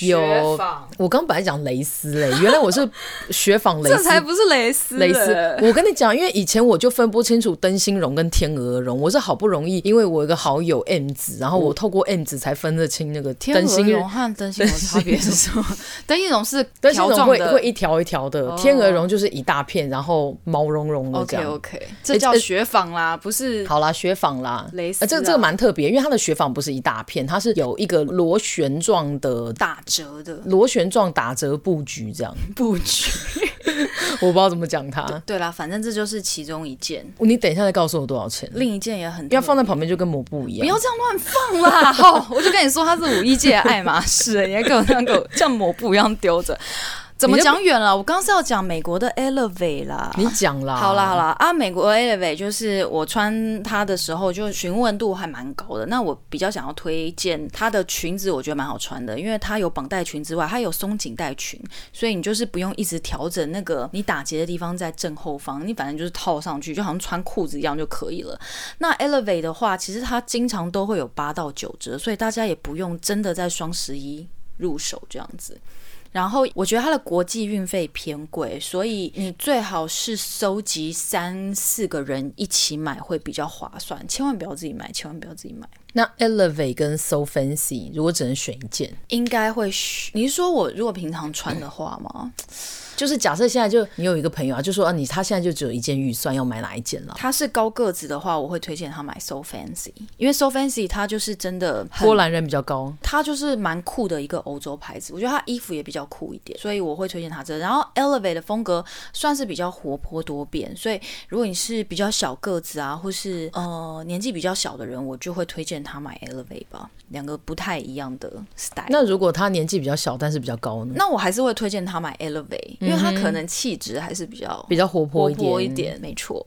A: 有
B: 雪纺，
A: 我刚本来讲蕾丝嘞，原来我是雪纺蕾
B: 这
A: 丝
B: 才不是蕾丝
A: 蕾丝
B: 欸，
A: 我跟你讲，因为以前我就分不清楚灯芯绒跟天鹅绒，我是好不容易，因为我有一个好友 M 子，然后我透过 M 子才分得清那个
B: 嗯天
A: 灯
B: 鹅
A: 芯
B: 绒和灯芯绒差别是什么？ 灯芯绒是
A: 灯芯
B: 条
A: 绒
B: 状
A: 会
B: 的哦
A: 会一条一条的，天鹅绒就是一大片，然后毛茸茸的这
B: OK
A: 样。
B: OK，这叫雪纺啦，不是
A: 好啦，雪纺啦，
B: 蕾丝
A: 呃这个这个
B: 啦
A: 蛮特别，因为它的雪纺不是一大片，它是有一个螺旋状的
B: 打折的
A: 螺旋状打折布局这样，
B: 布局。
A: 我不知道怎么讲它。
B: 对啦，反正这就是其中一件，
A: 你等一下再告诉我多少钱，
B: 另一件也很
A: 要放在旁边就跟抹布一
B: 不
A: 样。
B: 要这样乱放啦！好，我就跟你说，他是五一界的爱马仕，你还给我这样给我像抹布一样丢着。怎么讲远了？我刚是要讲美国的 Elevate 啦。
A: 你讲啦，
B: 好啦好啦啊，美国 Elevate 就是我穿它的时候，就询问度还蛮高的。那我比较想要推荐它的裙子，我觉得蛮好穿的，因为它有绑带裙之外，它有松紧带裙，所以你就是不用一直调整那个你打结的地方在正后方，你反正就是套上去，就好像穿裤子一样就可以了。那 Elevate 的话，其实它经常都会有八到九折，所以大家也不用真的在双十一入手这样子。然后我觉得它的国际运费偏贵，所以你最好是收集三四个人一起买会比较划算，千万不要自己买，千万不要自己买。
A: 那 Elevate 跟 So Fancy 如果只能选一件，
B: 应该会选，你是说我如果平常穿的话吗？
A: 就是假设现在就你有一个朋友啊，就说啊你他现在就只有一件预算，要买哪一件了？
B: 他是高个子的话，我会推荐他买 So Fancy，因为 So Fancy 它就是真的很
A: 波兰人比较高，
B: 它就是蛮酷的一个欧洲牌子，我觉得它衣服也比较酷一点，所以我会推荐它这个然后 Elevate 的风格算是比较活泼多变，所以如果你是比较小个子啊，或是呃年纪比较小的人，我就会推荐他买 Elevate 吧，两个不太一样的 style。
A: 那如果他年纪比较小，但是比较高呢？
B: 那我还是会推荐他买 Elevate，因为他可能气质还是比较
A: 比较活泼
B: 活
A: 一点，
B: 泼一点，没错。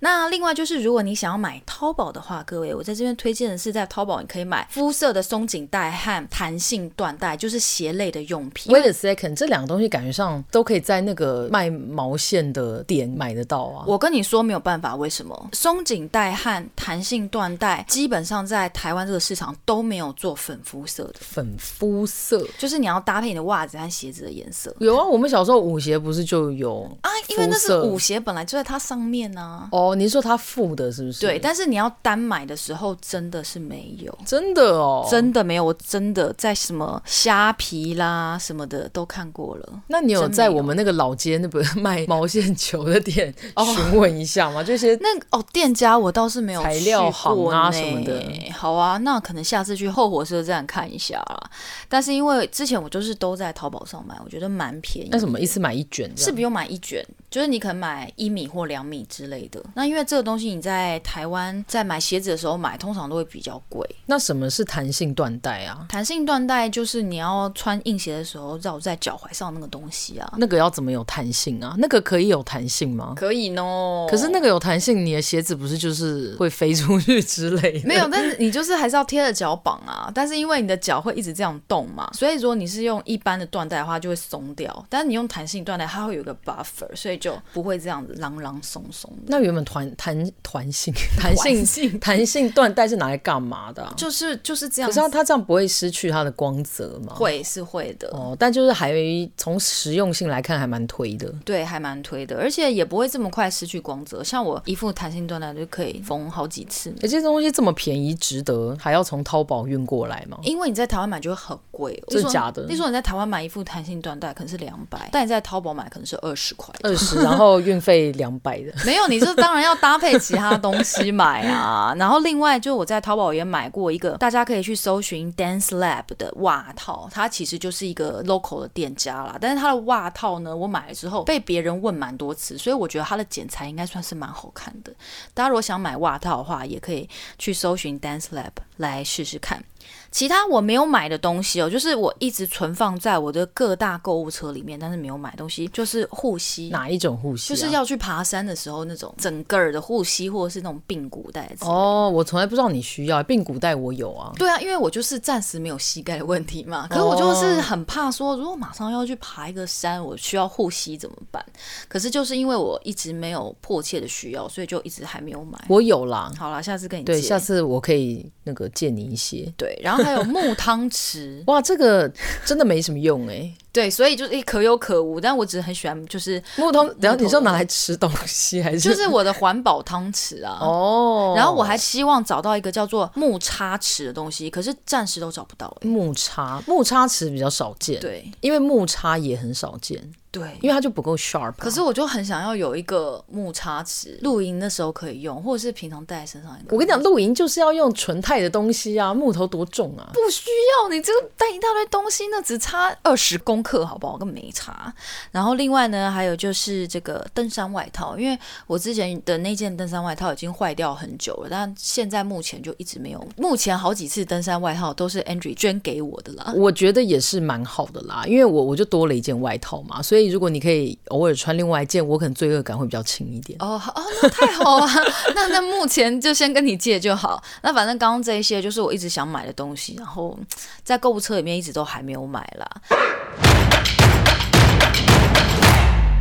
B: 那另外就是，如果你想要买淘宝的话，各位，我在这边推荐的是，在淘宝你可以买肤色的松紧带和弹性缎带，就是鞋类的用品。
A: Wait a second，这两个东西感觉上都可以在那个卖毛线的店买得到啊。
B: 我跟你说没有办法，为什么松紧带和弹性缎带基本上在台湾这个市场都没有做粉肤色的，
A: 粉肤色
B: 就是你要搭配你的袜子和鞋子的颜色
A: 有啊，我们小时候舞鞋不是就有
B: 啊，因为那
A: 肤
B: 是
A: 色
B: 舞鞋本来就在它上面啊。
A: 哦？你是说它附的是不是？
B: 对，，但是你要单买的时候真的是没有。
A: 真的哦。
B: 真的没有，我真的在什么虾皮啦什么的都看过了。
A: 那你有
B: 真没
A: 在
B: 有
A: 我们那个老街那本卖毛线球的店询问一下吗？这些
B: 那个哦，店家我倒是没有
A: 材料
B: 去
A: 行
B: 过
A: 啊
B: 呢
A: 什么的。
B: 好啊，那可能下次去后火车站看一下啦。但是因为之前我就是都在淘宝上买，我觉得蛮便宜。
A: 那什么一次买一卷这
B: 是
A: 样？
B: 不用买一卷，就是你可能买一米或两米之类的。那因为这个东西你在台湾在买鞋子的时候买，通常都会比较贵。
A: 那什么是弹性缎带啊？
B: 弹性缎带就是你要穿硬鞋的时候绕在脚踝上那个东西啊，
A: 那个要怎么有弹性啊？那个可以有弹性吗？
B: 可以呢。
A: 可是那个有弹性，你的鞋子不是就是会飞出去之类 的？
B: 没有，但是你就是还是要贴着脚绑啊。但是因为你的脚会一直这样动嘛，所以如果你是用一般的缎带的话，就会松掉。但是你用弹性缎带，它会有一个 buffer，所以就不会这样子啷啷松松的。
A: 那原本团弹弹 性弹性弹性缎带是拿来干嘛的啊、
B: 就是就是这样
A: 可
B: 子
A: 是，它这样不会失去它的光泽吗？
B: 会是会的。
A: 哦，但就是还从实用性来看还蛮推的。
B: 对，还蛮推的，而且也不会这么快失去光泽。像我一副弹性缎带就可以缝好几次呢，
A: 哎、这东西这么便宜，值得还要从淘宝运过来 吗？
B: 因为你在台湾买就会很贵。
A: 哦真的
B: 例如说
A: 假的
B: 你说你在台湾买一副弹性缎带可能是两百，但你在淘宝买可能是二十块。
A: 二十，然后运费两百的，
B: 没有，你这当然要搭配其他东西买啊。然后另外，就我在淘宝也买过一个，大家可以去搜寻 Dance Lab 的袜套，它其实就是一个 local 的店家啦。但是它的袜套呢，我买了之后被别人问蛮多次，所以我觉得它的剪裁应该算是蛮好看的。大家如果想买袜套的话，也可以去搜寻 Dance Lab 来试试看。其他我没有买的东西哦，就是我一直存放在我的各大购物车里面，但是没有买东西，就是护膝。
A: 哪一种护膝、
B: 就
A: 啊？
B: 是要去爬山的时候那种整个儿的护膝，或者是那种髌骨带子。
A: 哦，我从来不知道你需要，髌骨带我有啊。
B: 对啊，因为我就是暂时没有膝盖的问题嘛，可是我就是很怕说，如果马上要去爬一个山，我需要护膝怎么办？可是就是因为我一直没有迫切的需要，所以就一直还没有买。
A: 我有啦。
B: 好啦，下次跟你
A: 对，
B: 借
A: 下次我可以那个借你一些。，
B: 对，然后还有木汤匙
A: 哇，这个真的没什么用哎、
B: 对，所以就是诶可有可无，但我只是很喜欢，就是
A: 木头，然后你
B: 木
A: 是要
B: 头的
A: 拿来吃东西还是？
B: 就是我的环保汤匙啊。
A: 哦，
B: 然后我还希望找到一个叫做木叉匙的东西，可是暂时都找不到、欸。
A: 木叉，木叉池比较少见，，
B: 对，
A: 因为木叉也很少见。
B: 对，
A: 因为它就不够 sharp 啊、
B: 可是我就很想要有一个木叉尺，露营的时候可以用，或者是平常带在身上也可以。
A: 我跟你讲，露营就是要用纯钛的东西啊，木头多重啊！
B: 不需要你这个带一大堆东西，那只差二十公克，好不好？根本没差。然后另外呢，还有就是这个登山外套，因为我之前的那件登山外套已经坏掉很久了，但现在目前就一直没有。目前好几次登山外套都是 Andrew 捐给我的啦。
A: 我觉得也是蛮好的啦，因为我我就多了一件外套嘛，所以如果你可以偶尔穿另外一件，我可能罪恶感会比较轻一点。
B: 哦好哦，那太好了。那那目前就先跟你借就好。那反正刚刚这一些就是我一直想买的东西，然后在购物车里面一直都还没有买啦。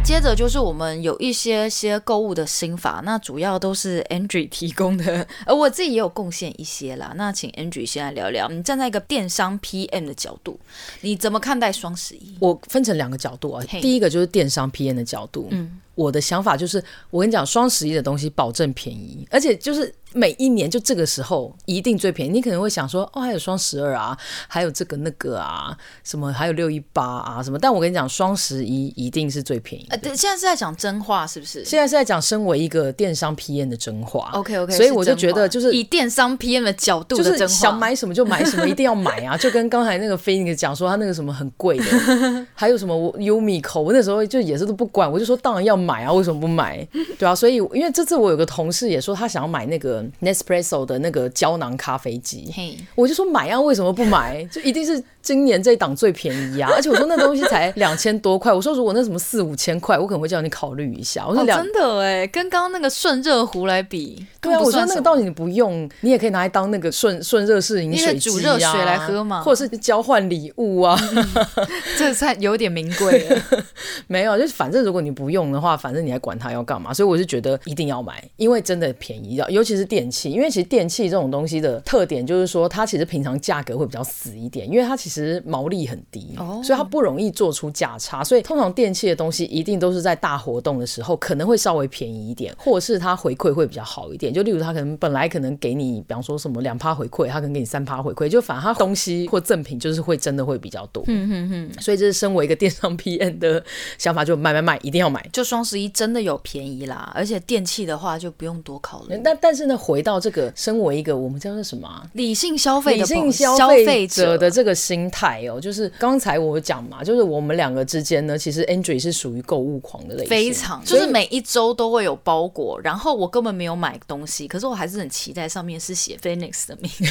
B: 接着就是我们有一些些购物的心法，那主要都是 Andrew 提供的，而我自己也有贡献一些啦。那请 Andrew 先来聊聊，你站在一个电商 PM 的角度，你怎么看待双十一？
A: 我分成两个角度啊
B: 嘿，
A: 第一个就是电商 PN 的角度，
B: 嗯，
A: 我的想法就是，我跟你讲，双十一的东西保证便宜，而且就是每一年就这个时候一定最便宜。你可能会想说，哦，还有双十二啊，还有这个那个啊，什么还有六一八啊什么，但我跟你讲，双十一一定是最便宜的。
B: 呃，对现在是在讲真话是不是？
A: 现在是在讲身为一个电商 PM 的真话
B: OK OK，
A: 所以我就觉得就是
B: 以电商 PM 的角度
A: 就
B: 的真话，
A: 是想买什么就买什 么，一定要买啊！就跟刚才那个菲尼讲说他那个什么很贵 的，还有什么我优米口，我那时候就也是都不管，我就说当然要买啊，为什么不买？对啊，所以因为这次我有个同事也说他想要买那个 Nespresso 的那个胶囊咖啡机，
B: 嘿，
A: 我就说买啊，为什么不买？就一定是今年这一档最便宜啊！而且我说那东西才两千多块，我说如果那什么四五千块，我可能会叫你考虑一下。我说
B: 哦，
A: 两、
B: 真的哎，跟刚刚那个顺热壶来比，
A: 对啊，
B: 更
A: 我
B: 不
A: 说
B: 算
A: 那个
B: 什么
A: 道理你不用，你也可以拿来当那个顺顺热式饮
B: 你
A: 水
B: 可以
A: 机
B: 煮
A: 啊，
B: 热水来喝嘛
A: 或者是交换礼物啊，
B: 这算有点名贵了。
A: 没有，就是反正如果你不用的话，反正你还管它要干嘛？所以我是觉得一定要买，因为真的便宜，尤其是电器，因为其实电器这种东西的特点就是说，它其实平常价格会比较死一点，因为它其实毛利很低，
B: 哦
A: 所以它不容易做出价差，所以通常电器的东西一定都是在大活动的时候可能会稍微便宜一点，或者是它回馈会比较好一点。就例如它可能本来可能给你，比方说什么两趴回馈，它可能给你三趴回馈，就反正它东西或赠品就是会真的会比较多。
B: 嗯哼哼，
A: 所以这是身为一个电商 PM 的想法，就买买买，一定要买。
B: 就双十一真的有便宜啦，而且电器的话就不用多考虑。
A: 但但是呢，回到这个身为一个我们叫做什么啊、
B: 理性消费
A: 理
B: 的
A: 性
B: 消
A: 消费
B: 费
A: 者
B: 者
A: 的这个心态哦，就是刚才我讲嘛，就是我们两个之间呢，其实 Andrew 是属于购物狂的类型，
B: 非常，就
A: 所以
B: 是每一周都会有包裹，然后我根本没有买东西，可是我还是很期待上面是写 Phoenix 的名字，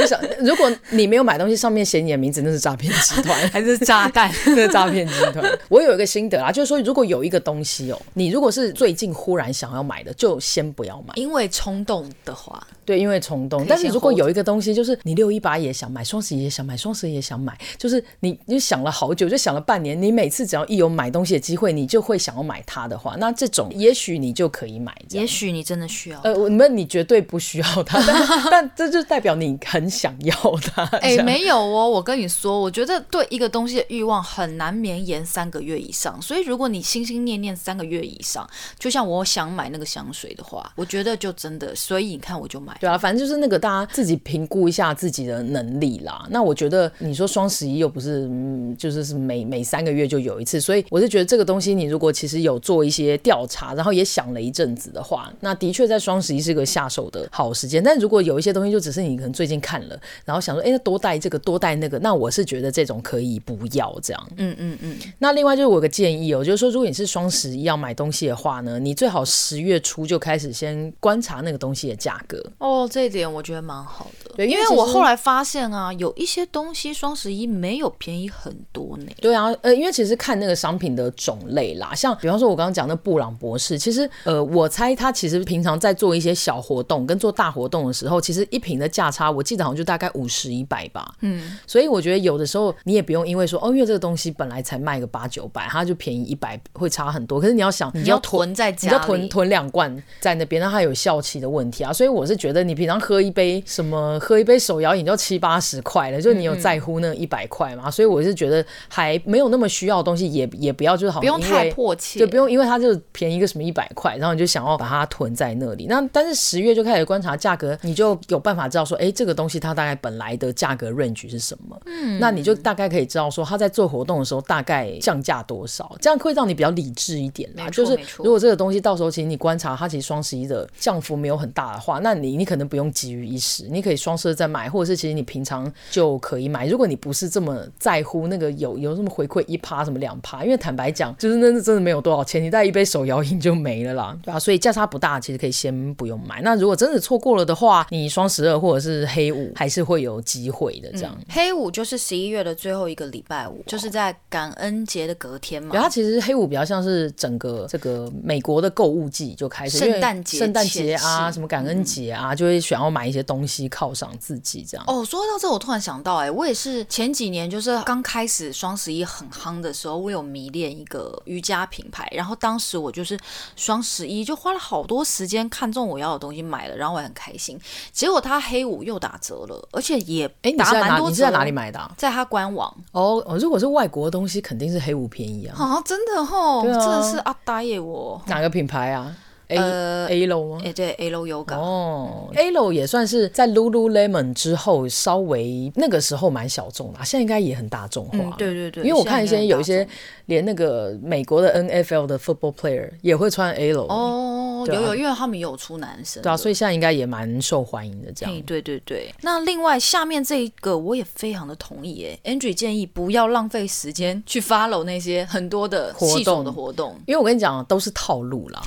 A: 就想， 如果你没有买东西，上面写你的名字，那是诈骗集团。
B: 还是炸弹？
A: 那是诈骗集团，我有一个心得啊，就是说，如果有一个东西哦，你如果是最近忽然想要买的，就先不要买，
B: 因为冲动的话，
A: 对，因为冲动
B: 可。以
A: 但是
B: 先
A: 如果
B: hold
A: 有一个东西，就是你六一八也想买，双十一也想买，双十一也想买，就是你你想了好久，就想了半年，你每次只要一有买东西的机会，你就会想要买它的话，那这种也许你就可以买。 这样
B: 也许你真的需要。
A: 呃，我们你绝对不需要它，但 但这就代表你很想要它。
B: 哎、
A: 这样
B: 没有哦，我跟你说，我觉得对一个东西的欲望很难绵延三个月以上，所以如果你心心念念三个月以上，就像我想买那个香水的话，我觉得就真的，所以你看我就买。
A: 对啊，反正就是那个大家自己评估一下自己的能力啦。那我觉得你说双十一又不是，嗯，就是是每每三个月就有一次，所以我是觉得这个东西你如果其实有做一些调查，然后也想了一阵子的话，那的确在双十一是个下手的好时间。但如果有一些东西就只是你可能最近看了，然后想说，哎，那多带这个多带那个，那我是觉得这种可以不要这样。
B: 嗯嗯嗯，
A: 那另外就是我有个建议哦，就是说，如果你是双十一要买东西的话呢，你最好十月初就开始先观察那个东西的价格。
B: 哦，这一点我觉得蛮好的，
A: 对因
B: 因
A: 为
B: 为
A: 其
B: 我
A: 实
B: 后来发现啊，有一些东西双十一没有便宜很多呢。
A: 对啊，呃，因为其实看那个商品的种类啦，像比方说我刚刚讲的布朗博士，其实呃，我猜他其实平常在做一些小活动跟做大活动的时候，其实一瓶的价差，我记得好像就大概五十一百吧。嗯，所以我觉得有的时候你也不用因为说哦，因为这个东西本来才卖个八九百，它就便宜一百，会差很多。多，可是你要想，
C: 你
A: 要
C: 要囤在
A: 你
C: 家
A: 要
C: 里，
A: 囤囤两罐在那边，那它有效期的问题啊，所以我是觉得你平常喝一杯什么喝一杯手摇饮就七八十块了，就你有
C: 嗯
A: 在乎那一百块嘛？所以我是觉得还没有那么需要的东西也也不要就是好像
C: 不用
A: 因
C: 太
A: 为
C: 迫切，
A: 对，不用，因为它就便宜个什么一百块，然后你就想要把它囤在那里。那但是十月就开始观察价格，你就有办法知道说，哎，这个东西它大概本来的价格 range 是什么。嗯，那你就大概可以知道说，它在做活动的时候大概降价多少，这样会让你比较理智一点啦。
C: 没
A: 就
C: 错
A: 是
C: 没错
A: 如果这个东西到时候其实你观察它，其实双十一的降幅没有很大的话，那你你可能不用急于一时，你可以双十二再买，或者是其实你平常就可以买。如果你不是这么在乎那个有有什么回馈一趴什么两趴，因为坦白讲，就是那是真的没有多少钱，你带一杯手摇饮就没了啦，对吧、所以价差不大，其实可以先不用买。那如果真的错过了的话，你双十二或者是黑五还是会有机会的这样。
B: 黑五就是十一月的最后一个礼拜五，就是在感恩节的隔天嘛
A: 对，。它其实黑五比较像是整个这个美国的购物季就开始，
B: 圣诞节
A: 因为圣诞节啊，
B: 前夕嗯
A: 什么感恩节啊，就会想要买一些东西犒赏自己这样。
B: 哦，说到这，我突然想到、哎，我也是前几年就是刚开始双十一很夯的时候，我有迷恋一个瑜伽品牌，然后当时我就是双十一就花了好多时间看中我要的东西买了，然后我也很开心。结果它黑五又打折了，而且也
A: 哎，你
B: 打
A: 是在
B: 蛮
A: 哪？
B: 多折哦
A: 你是在哪里？买的啊、
B: 在它官网
A: 哦？哦，如果是外国的东西，肯定是黑五便宜啊。
B: 啊，真的吼，
A: 对啊
B: 真的是阿呆耶我。
A: 哪个品牌啊？A、
B: 呃
A: A 楼吗
B: 哎、？对，L Yoga，、
A: 哦，A 楼也算是在 Lululemon 之后稍微那个时候蛮小众的啊、现在应该也很大众化了、
B: 嗯，对对对，
A: 因为我看一
B: 现在
A: 些
B: 应该
A: 有一些连那个美国的 NFL 的 football player 也会穿 A 楼
B: 大众哦，
A: 对啊
B: 有有，因为他们有出男生的，
A: 对啊，所以现在应该也蛮受欢迎的这
B: 嘿
A: 样。
B: 对对对，那另外下面这一个我也非常的同意诶 a n d r e w 建议不要浪费时间去 follow 那些很多的
A: 活
B: 系统
A: 动
B: 的活动。
A: 因为我跟你讲，都是套路 啦。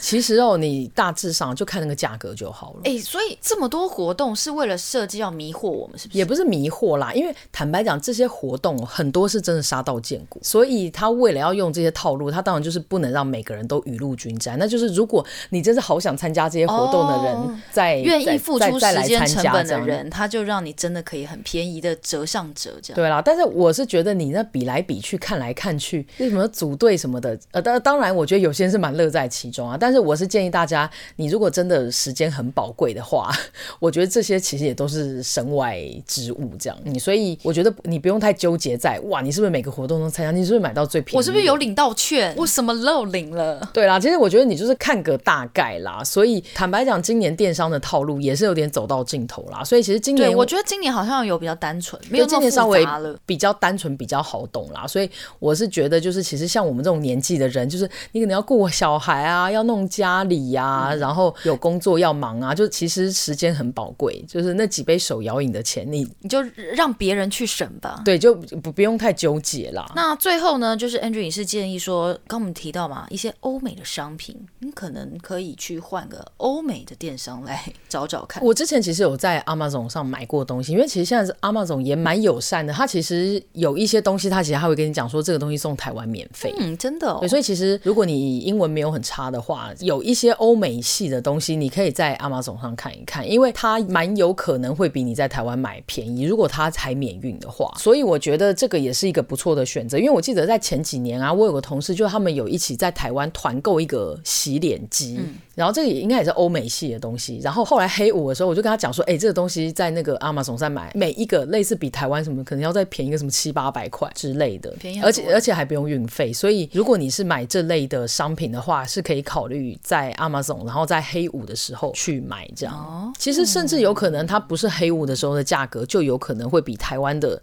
A: 其实哦，你大致上就看那个价格就好了。
B: 诶，所以这么多活动是为了设计要迷惑我们，是不是？
A: 也不是迷惑啦，因为坦白讲，这些活动很多是真的杀到见骨，所以他为了要用这些套路，他当然就是不能让每个人都雨露均沾。那就是如果你真是好想参加这些活动的
B: 哦
A: 人，在
B: 愿意付出时间成本的，
A: 嗯再再再来参加这样
B: 人，他就让你真的可以很便宜的折上折，这样。
A: 对啦，但是我是觉得你那比来比去、看来看去，那什么组队什么的，呃，当当然，我觉得有些人是蛮乐在其中啊。但是我是建议大家，你如果真的时间很宝贵的话， 我觉得这些其实也都是身外之物，这样。你所以我觉得你不用太纠结在哇，你是不是每个活动都参加，你是不是买到最便宜？
B: 我是不是有？领到
A: 嗯
B: 券？我什么漏领了？
A: 对啦，其实我觉得你就是看个大概啦。所以坦白讲，今年电商的套路也是有点走到尽头啦。所以其实今年
B: 对，我觉得今年好像有比较单纯，
A: 因
B: 没有
A: 为今
B: 那么
A: 年稍
B: 复
A: 微
B: 杂了。
A: 比较单纯，比较好懂啦，所以我是觉得，就是其实像我们这种年纪的人，就是你可能要顾小孩啊， 要弄家里呀、
B: 嗯
A: 然后有工作要忙啊，就其实时间很宝贵，就是那几杯手摇饮的钱，你
B: 你就让别人去审吧。
A: 对就不不用太纠结啦。
B: 那最后呢，就是 Andrew 也是建议说，刚我们提到嘛，一些欧美的商品，你可能可以去换个欧美的电商来找找看。
A: 我之前其实有在 Amazon 上买过东西，因为其实现在是 Amazon 也蛮友善的，它其实有一些东西，它其实还会跟你讲说这个东西送台湾免费。
B: 嗯，真的、哦
A: 对，，所以其实如果你英文没有很差的话，有一些欧美系的东西，你可以在 Amazon 上看一看，因为它蛮有可能会比你在台湾买便宜，如果它还免运的话。所以我觉得这个也是一个不错的选择，因为我记得在前几年啊，我有个同事，就他们有一起在台湾团购一个洗脸机，然后这个也应该也是欧美系的东西。然后后来黑五的时候，我就跟他讲说，哎、这个东西在那个 Amazon 上买，每一个类似比台湾什么可能要再便宜个什么七八百块之类的，
B: 便宜很
A: 而且
B: 多
A: 而且还不用运费，所以如果你是买这类的商品的话，是可以考虑在 Amazon，然后在黑五的时候去买这样。其实甚至有可能它不是黑五的时候的价格，就有可能会比台湾的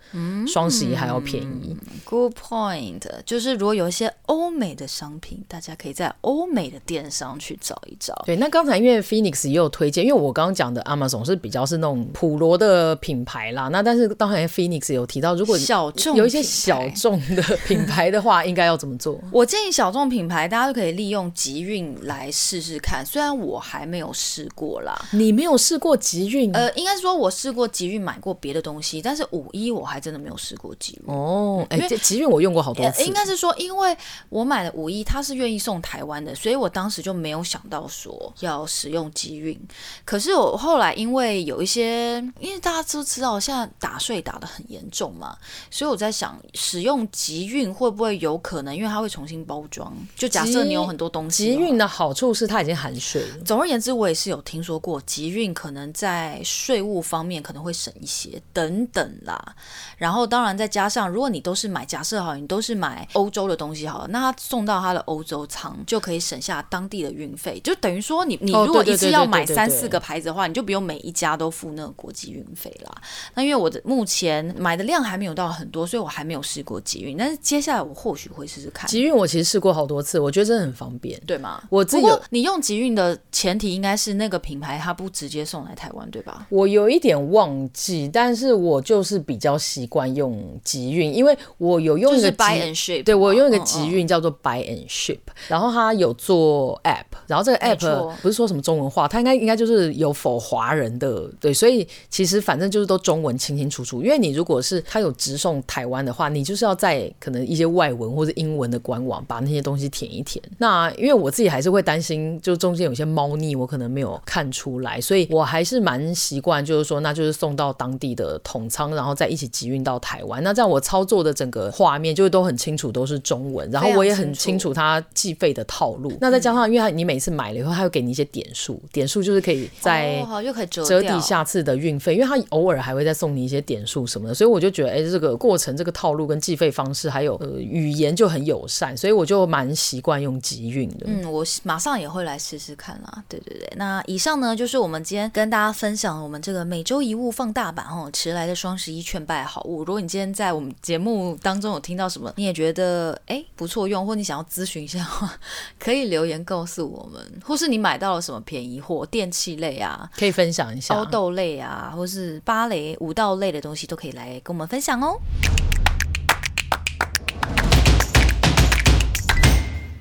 A: 双十一还要便宜。
B: Good point，就是如果有一些欧美的商品，大家可以在欧美的电商去找一找。
A: 对，那刚才因为 Phoenix 也有推荐，因为我刚刚讲的 Amazon 是比较是那种普罗的品牌啦，那但是当然 Phoenix 有提到，如果
B: 小众
A: 有一些
B: 品牌
A: 小众的品牌的话，应该要怎么做？
B: 我建议小众品牌，大家就可以利用集运来来试试看。虽然我还没有试过啦，
A: 你没有试过集运？
B: 呃，应该是说我试过集运买过别的东西，但是五一我还真的没有试过集运。
A: 哦，哎、
B: 因为
A: 这集运我用过好多
B: 呃
A: 次，
B: 应该是说，因为我买的五一，它是愿意送台湾的，所以我当时就没有想到说要使用集运。可是我后来因为有一些，因为大家都知道现在打税打得很严重嘛，所以我在想，使用集运会不会有可能，因为它会重新包装。就假设你有很多东西的
A: 集
B: 话，
A: 运的好处是它已经含税了。
B: 总而言之，我也是有听说过集运可能在税务方面可能会省一些等等啦。然后当然再加上，如果你都是买，假设好了，你都是买欧洲的东西好了，那他送到他的欧洲仓就可以省下当地的运费，就等于说你你
A: 哦
B: 如果
A: 对对
B: 一
A: 对
B: 次要
A: 对
B: 买
A: 对
B: 三
A: 对
B: 四个牌子的话，你就不用每一家都付那个国际运费啦。那因为我的目前买的量还没有到很多，所以我还没有试过集运，但是接下来我或许会试试看，
A: 集运我其实试过好多次，我觉得真的很方便。
B: 对吗？
A: 我自
B: 不
A: 己有
B: 过你用集运的前提应该是那个品牌它不直接送来台湾，对吧？
A: 我有一点忘记，但是我就是比较习惯用集运，因为我有用
B: 就
A: 一个
B: 是
A: 集
B: buy and ship 嘛。
A: 对我用一个
B: 嗯
A: 集。
B: 嗯
A: 运叫做 Buy and Ship，、然后它有做 App，然后这个
B: 没
A: App
B: 错
A: 不是说什么中文化，它应该应该就是有否华人的对，所以其实反正就是都中文清清楚楚。因为你如果是它有直送台湾的话，你就是要在可能一些外文或者英文的官网把那些东西填一填。那因为我自己还是会担心，就中间有些猫腻我可能没有看出来，所以我还是蛮习惯，就是说那就是送到当地的统仓，然后再一起集运到台湾。那这样我操作的整个画面就是都很清楚，都是中文，然后。然后我也很清楚它计费的套路。那再加上，因为它你每次买了以后，它会给你一些点数，点数就是可以在
B: 哦，好又可以折
A: 折
B: 掉
A: 抵下次的运费，因为它偶尔还会再送你一些点数什么的。所以我就觉得，哎、这个过程、这个套路跟计费方式，还有呃语言就很友善，所以我就蛮习惯用集运的。
B: 嗯，我是马上也会来试试看啦。对对对，那以上呢就是我们今天跟大家分享我们这个每周一物放大版哦，迟来的双十一劝败好物。如果你今天在我们节目当中有听到什么，你也觉得哎不错用，或你想要咨询一下的话， 可以留言告诉我们，或是你买到了什么便宜货，电器类啊，
A: 可以分享一下
B: 高。豆类啊，或是芭蕾舞蹈类的东西，都可以来跟我们分享哦。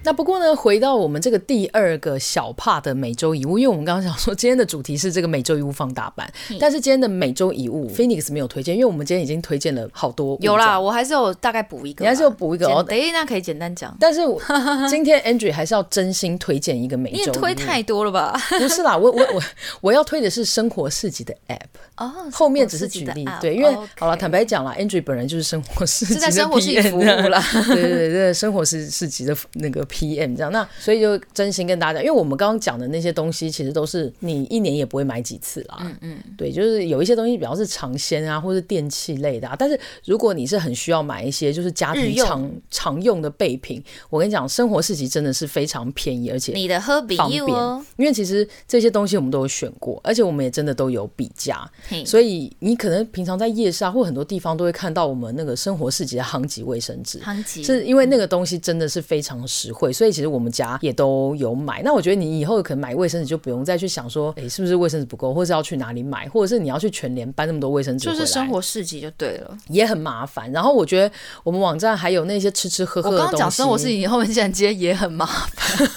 A: 那不过呢，回到我们这个第二个小帕的每周遗物，因为我们刚刚想说今天的主题是这个每周遗物放大版，
B: 嗯
A: 但是今天的每周遗物 Phoenix 没有推荐，因为我们今天已经推荐了好多物
B: 有
A: 种
B: 啦，我还是有大概补一个啦，
A: 你还是有补一个哦
B: 简诶那可以简单讲。
A: 但是 我今天 Andrew 还是要真心推荐一个每
B: 你也
A: 周
B: 推
A: 礼物
B: 太多了吧？
A: 不是啦，我我我我要推的是生活市集的 app，
B: 哦，
A: 后面只是举例，
B: 啊
A: 对，因为好了，坦
B: 白
A: 白讲啦 a n d r e w 本人就是生活市集
B: 是
A: 的
B: 在生活系
A: PM
B: 服务啦。
A: 对对对对，生活市市集的那个 PM 这样，那所以就真心跟大家讲，因为我们刚刚讲的那些东西，其实都是你一年也不会买几次啦。嗯嗯，对，就是有一些东西，比方是尝鲜啊，或是电器类的、啊，但是如果你是很需要买一些就是家
B: 日
A: 庭
B: 用
A: 常常用的备品，我跟你讲，生活市集真的是非常便宜，而且
B: 你的喝比
A: 方
B: you
A: 便
B: 哦，，
A: 因为其实这些东西我们都有选过，而且我们也真的都有比价，
B: 嘿
A: 所以你可能平常在夜市啊，或很多地方都会看到我们那个生活市集的夯吉卫生纸。
B: 汤吉
A: 是因为那个东西真的是非常实惠，所以其实我们家也都有买。那我觉得你以后可能买卫生纸就不用再去想说，诶、是不是卫生纸不够，或是要去哪里买，或者是你要去全联搬那么多卫生纸
B: 就
A: 回来，
B: 是生活市集就对了。
A: 也很麻烦。然后我觉得我们网站还有那些吃吃喝喝
B: 我
A: 的东西，
B: 刚刚讲生活市集，后面竟然接也很麻烦，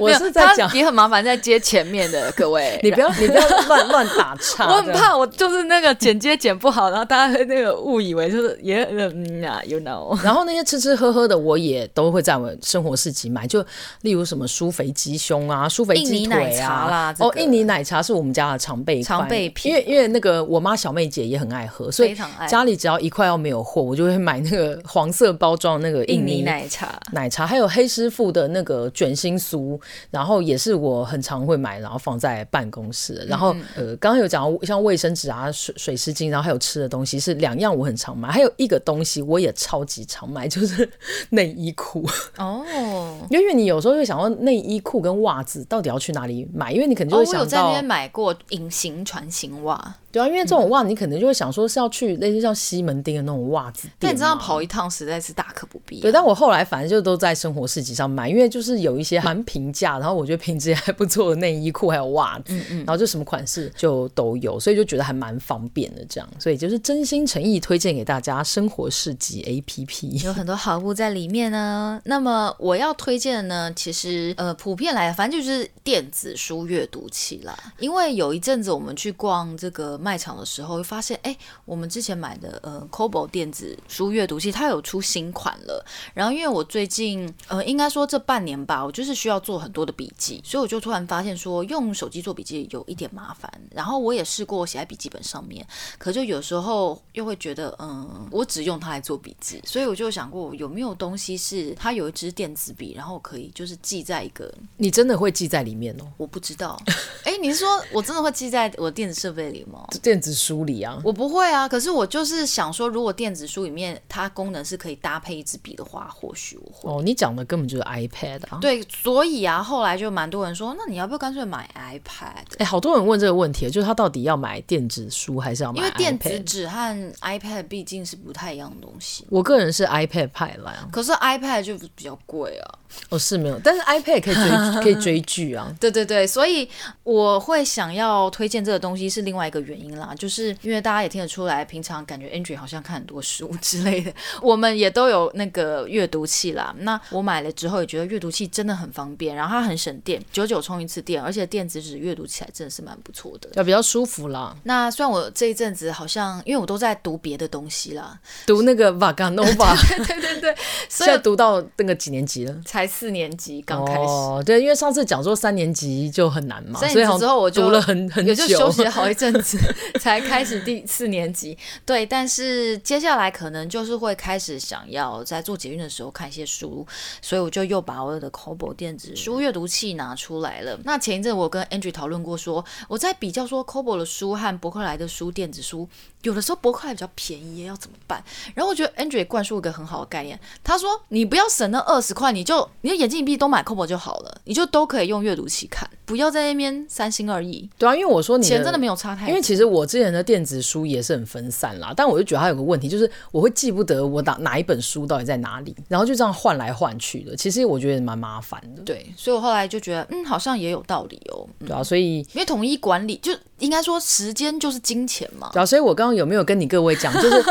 A: 我
B: 没有
A: 是在
B: 它
A: 讲， 。
B: 也很麻烦，在接前面的各位
A: 你不要你不要乱乱打岔，
B: 我很
A: 这样
B: 怕我就是那个剪接剪不好，然后大家会那个误以为就是也嗯啊，you know。
A: 然后那些吃吃喝喝的，我也都会在我生活市集买，就例如什么酥肥鸡胸啊、酥肥鸡
B: 印尼
A: 腿啊、
B: 奶茶啦这
A: 哦，
B: 个
A: 印尼奶茶是我们家的常备款
B: 常备品
A: 因为因为那个我妈小妹姐也很爱喝，所以
B: 非常爱
A: 家里只要一块要没有货，我就会买那个黄色包装的那个
B: 印
A: 印
B: 尼
A: 尼
B: 奶茶，
A: 奶茶，还有黑师傅的那个卷心酥，然后也是我很常会买，然后放在办公室的。然后
B: 嗯
A: 呃，刚刚有讲到像卫生纸啊、水水湿巾，然后还有吃的东西是两样我很常买，还有一个东西我也超级常买，就是内衣 裤。
B: 哦，
A: 因为你有时候会想到内衣裤跟袜子到底要去哪里买，因为你可能就
B: 哦，
A: 会
B: 我有
A: 想
B: 在那
A: 到
B: 边买过隐形船型袜，
A: 对啊，因为这种袜你可能就会想说是要去类似像西门町的那种袜子店嘛，啊
B: 但你这样跑一趟实在是大可不必、啊
A: 对，但我后来反正就都在生活市集上买，因为就是有一些蛮平价，然后我觉得品质也还不错的内衣裤还有袜子，
B: 嗯
A: 然后就什么款式就都有，所以就觉得还蛮方便的这样，所以就是真心诚意推荐给大家生活市集 A P P。
B: 有很多好物在里面呢。那么我要推荐的呢，其实呃，普遍来，反正就是电子书阅读器啦。因为有一阵子我们去逛这个卖场的时候，会发现哎，我们之前买的呃 Kobo 电子书阅读器，它有出新款了。然后因为我最近呃，应该说这半年吧，我就是需要做很多的笔记，所以我就突然发现说，用手机做笔记有一点麻烦。然后我也试过写在笔记本上面，可就有时候又会觉得，嗯，我只用它来做笔记，所以我就想过有没有东西是它有一支电子笔，然后可以就是记在一个
A: 你真的会记在里面哦，
B: 我不知道， 哎，你是说我真的会记在我电子设备里吗？
A: 电子书里啊，
B: 我不会啊，可是我就是想说，如果电子书里面它功能是可以搭配一支笔的话，或许我会。
A: 哦，你讲的根本就是 iPad 啊。
B: 对，所以啊，后来就蛮多人说，那你要不要干脆买 iPad？
A: 哎、好多人问这个问题，就是他到底要买电子书还是要买 iPad？
B: 因为电子纸和 iPad 毕竟是不太一样的东西。
A: 我个人是 iPad 派来啊，
B: 可是 iPad 就比较贵啊。
A: 我、是没有，但是 iPad 可以 追可以追剧啊。
B: 对对对，所以我会想要推荐这个东西是另外一个原因啦，就是因为大家也听得出来，平常感觉 Andrew 好像看很多书 之类的，我们也都有那个阅读器啦。那我买了之后也觉得阅读器真的很方便，然后它很省电，久久充一次电，而且电子纸阅读起来真的是蛮不错的。
A: 要比较舒服啦，
B: 那虽然我这一阵子好像，因为我都在读别的东西啦，
A: 读那个 Vaganova，
B: 对对对，所
A: 现
B: 以
A: 在读到那个几年级了？
B: 才四年级刚开始，
A: 哦，对，因为上次讲说三年级就很难嘛，
B: 三年级
A: 所以好像
B: 之后我就
A: 读了 很很
B: 也
A: 久，
B: 就休息了好一阵子，才开始第四年级。对，但是接下来可能就是会开始想要在做捷运的时候看一些书，所以我就又把我的 Kobo 电子书阅读器拿出来了。那前一阵我跟 Andrew 讨论过说，我在比较说 Kobo 的书和博客来的书电子书，有的时候博客来比较便宜，要怎么办？然后我觉得 Andrew 也灌输一个很好的概念，他说你不要省那二十块，你就你的眼睛一闭都买 Kobo 就好了，你就都可以用阅读器看，不要在那边三心二意。
A: 对啊，因为我说你
B: 钱真的没有差太多，
A: 因为其实我之前的电子书也是很分散啦，但我就觉得它有个问题，就是我会记不得我哪哪一本书到底在哪里，然后就这样换来换去的，其实我觉得也蛮麻烦的，
B: 对，所以我后来就觉得，嗯，好像也有道理哦。嗯
A: 对啊，所以
B: 因为统一管理就应该说时间就是金钱嘛，
A: 对啊，所以我刚刚有没有跟你各位讲，就是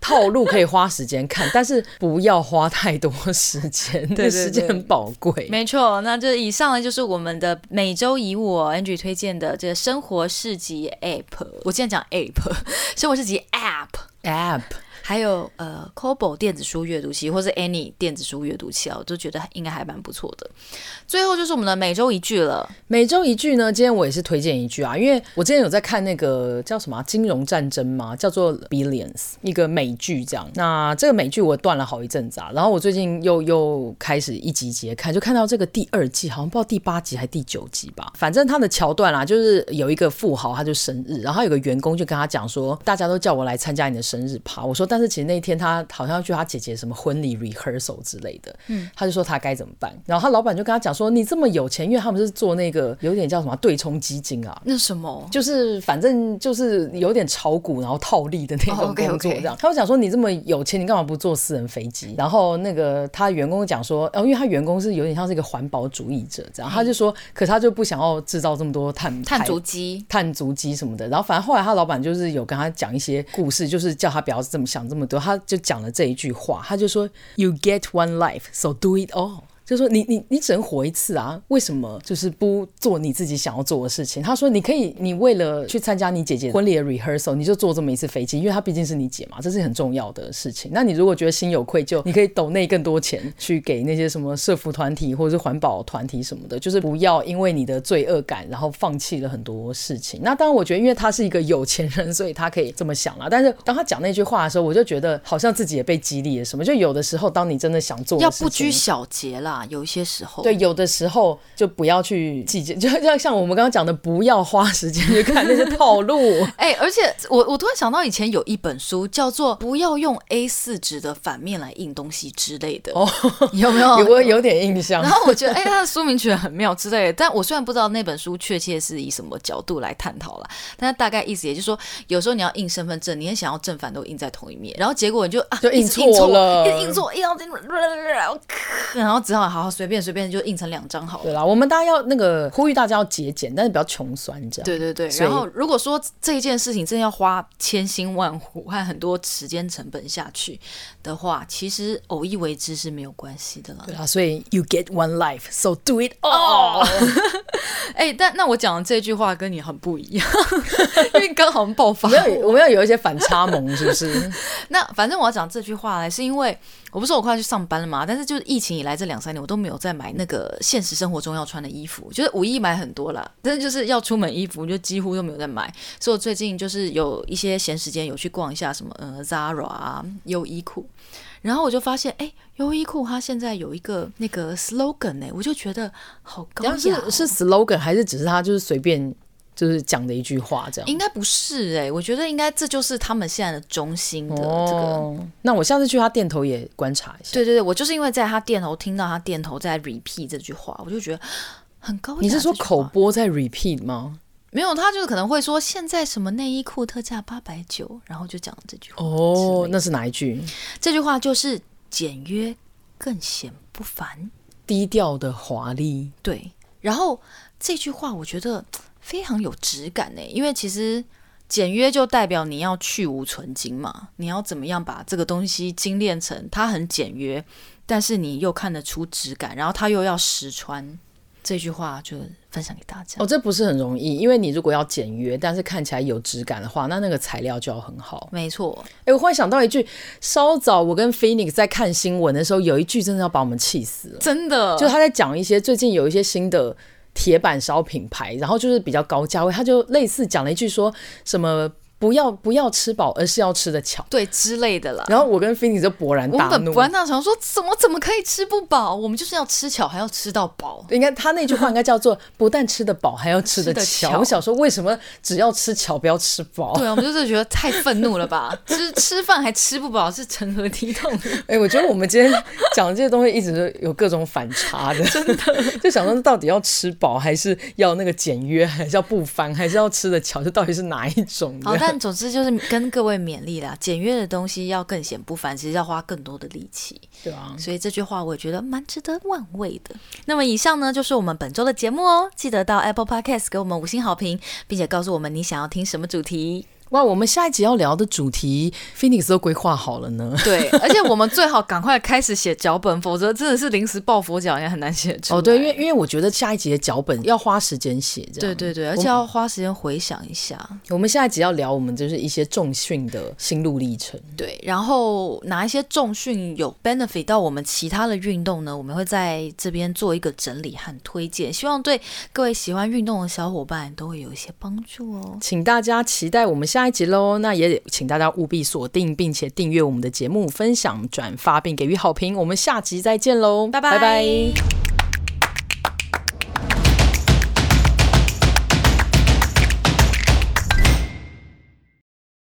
A: 套路可以花时间看，但是不要花太多时间，那
B: 对对
A: 时间
B: 对
A: 很宝贵。
B: 没错，那这以上呢就是我们的每周以我 Angie 推荐的这个生活市集 App，我现在讲 App，生活 市集 App。
A: App
B: 还有呃，Kobo 电子书阅读器，或是 Any 电子书阅读器啊，我都觉得应该还蛮不错的。最后就是我们的每周一句了，
A: 每周一句呢，今天我也是推荐一句啊，因为我之前有在看那个叫什么啊、金融战争》嘛，叫做《Billions》一个美剧这样。那这个美剧我断了好一阵子啊，然后我最近又又开始一集一集地看，就看到这个第二季，好像不知道第八集还第九集吧，反正它的桥段啦、就是有一个富豪他就生日，然后有个员工就跟他讲说，大家都叫我来参加你的生日趴，我说但是其实那天他好像要去他姐姐什么婚礼 rehearsal 之类的，他就说他该怎么办，然后他老板就跟他讲说，你这么有钱，因为他们是做那个有点叫什么对冲基金啊，
B: 那什么
A: 就是反正就是有点炒股然后套利的那
B: 哦
A: 种
B: ，OK，OK
A: 工作这样。他们讲说你这么有钱，你干嘛不坐私人飞机？然后那个他员工讲说，哦，因为他员工是有点像是一个环保主义者这样，他就说，可是他就不想要制造这么多碳
B: 碳
A: 排
B: 足迹，
A: 碳足迹什么的。然后反正后来他老板就是有跟他讲一些故事，就是叫他不要这么想这么多。他就讲了这一句话，他就说：“You get one life, so do it all。”就说你你你只能活一次啊，为什么就是不做你自己想要做的事情？他说你可以，你为了去参加你姐姐婚礼的 rehearsal，你就坐这么一次飞机，因为她毕竟是你姐嘛，这是很重要的事情。那你如果觉得心有愧疚，你可以抖内更多钱去给那些什么社服团体或者是环保团体什么的，就是不要因为你的罪恶感，然后放弃了很多事情。那当然，我觉得因为他是一个有钱人，所以他可以这么想啦。但是当他讲那句话的时候，我就觉得好像自己也被激励了什么。就有的时候，当你真的想做的
B: 要
A: 事
B: 不
A: 情
B: 拘小节啦，
D: 啦，有一些时候。
A: 对，有的时候就不要去计较，就像像我们刚刚讲的，不要花时间去看那些套 路。
B: 哦
D: 哎、而且
B: 我我突然想到以前有一本书叫做《不要用 A 四纸的反面来印东西》之类的，
A: 哦，
B: 有 没有？
A: 有我有点印象
B: 然。后我觉得，哎、它的书名取得很妙之类的。但我虽然不知道那本书确切是以什么角度来探讨啦，但它大概意思也就是说，有时候你要印身份证，你很想要正反都印在同一面，然后结果你就啊
A: 就
B: 一
A: 印
B: 直
A: 错
B: 印错
A: 了
B: 一直印错，印到这边然后咳然后只好好好随便随便就印成两张好了
A: 对。啦，我们大家要那个呼吁大家要节俭，但是不要穷酸这样。
B: 对对对，
A: 所以
B: 然后如果说这一件事情真的要花千辛万苦和很多时间成本下去的话，其实偶一为之是没有关系的啦。
A: 对啦，所以 you get one life, so do it all。
B: 哦 哎、但那我讲的这句话跟你很不一样，因为刚好爆发
A: 我。们要我们要有一 些反差萌，是不 是？
B: 那反正我要讲这句话呢，是因为我不是说我快要去上班了嘛，但是就是疫情以来这两三年，我都没有再买那个现实生活中要穿的衣服，就是五一买很多啦，但是就是要出门衣服就几乎都没有在买，所以我最近就是有一些闲时间有去逛一下什么呃 Zara 啊、优衣库，然后我就发现哎，优衣库它现在有一个那个 slogan 呢、我就觉得好高雅、
A: 然
B: 哦，
A: 后是是 slogan 还是只是他就是随便就是讲的一句话这样？
B: 应该不是哎、我觉得应该这就是他们现在的中心的这个。
A: 哦，那我下次去他店头也观察一下。
B: 对对对，我就是因为在他店头听到他店头在 repeat 这句话，我就觉得很高雅
A: 你是说
B: 这句话
A: 口播在 repeat 吗？
B: 没有？他就是可能会说现在什么内衣裤特价八百九，然后就讲这句话。之
A: 哦
B: 类，的
A: 那是哪一句？
B: 这句话就是简约更显不凡。
A: 低调的华丽，
B: 对，然后这句话我觉得嘖非常有质感呢，因为其实简约就代表你要去无存精嘛，你要怎么样把这个东西精炼成它很简约，但是你又看得出质感，然后它又要实穿。这句话就分享给大家。
A: 哦，这不是很容易，因为你如果要简约，但是看起来有质感的话，那那个材料就要很好。
B: 没错，
A: 哎，我忽然想到一句，稍早我跟 Phoenix 在看新闻的时候，有一句真的要把我们气死了，
B: 真的
A: 就他在讲一些最近有一些新的。铁板烧品牌，然后就是比较高价位，他就类似讲了一句说什么不要不要吃饱，而是要吃得巧。
B: 对之类的啦。
A: 然后我跟 Phoenix 就勃然
B: 我们
A: 大
B: 本
A: 怒
B: 不，安大想说，怎么怎么可以吃不饱？我们就是要吃巧，还要吃到饱。
A: 应该他那句话应该叫做“不但吃得饱，还要吃得
B: 吃得
A: 巧”。
B: 巧
A: 我想说，为什么只要吃巧，不要吃饱？
B: 对啊，我们就是觉得太愤怒了吧？吃 吃饭还吃不饱，是成何体统？
A: 哎、我觉得我们今天讲这些东西一直都有各种反差的，真的就想说到底要吃饱，还是要那个简约，还是要不凡，还是要吃的巧，这到底是哪一 种
B: 好，
A: 的？
B: 但总之就是跟各位勉励啦，简约的东西要更显不凡，其实要花更多的力气。
A: 对啊，
B: 所以这句话我也觉得蛮值得万味的。那么以上呢就是我们本周的节目哦，记得到 Apple Podcast 给我们五星好评，并且告诉我们你想要听什么主题。
A: 哇，我们下一集要聊的主题，Phoenix 都规划好了呢。
B: 对，而且我们最好赶快开始写脚本，否则真的是临时抱佛脚也很难写出
A: 哦，对，因为因为我觉得下一集的脚本要花时间写，这
B: 对
A: 样。
B: 对对，而且要花时间回想一下。
A: 我们下一集要聊我们就是一些重训的心路历程。
B: 对，然后哪一些重训有 benefit 到我们其他的运动呢？我们会在这边做一个整理和推荐，希望对各位喜欢运动的小伙伴都会有一些帮助哦。
A: 请大家期待我们下一集喽。那也请大家务必锁定并且订阅我们的节目，分享、转发并给予好评。我们下集再见喽，
B: 拜
A: 拜
B: 拜
A: 拜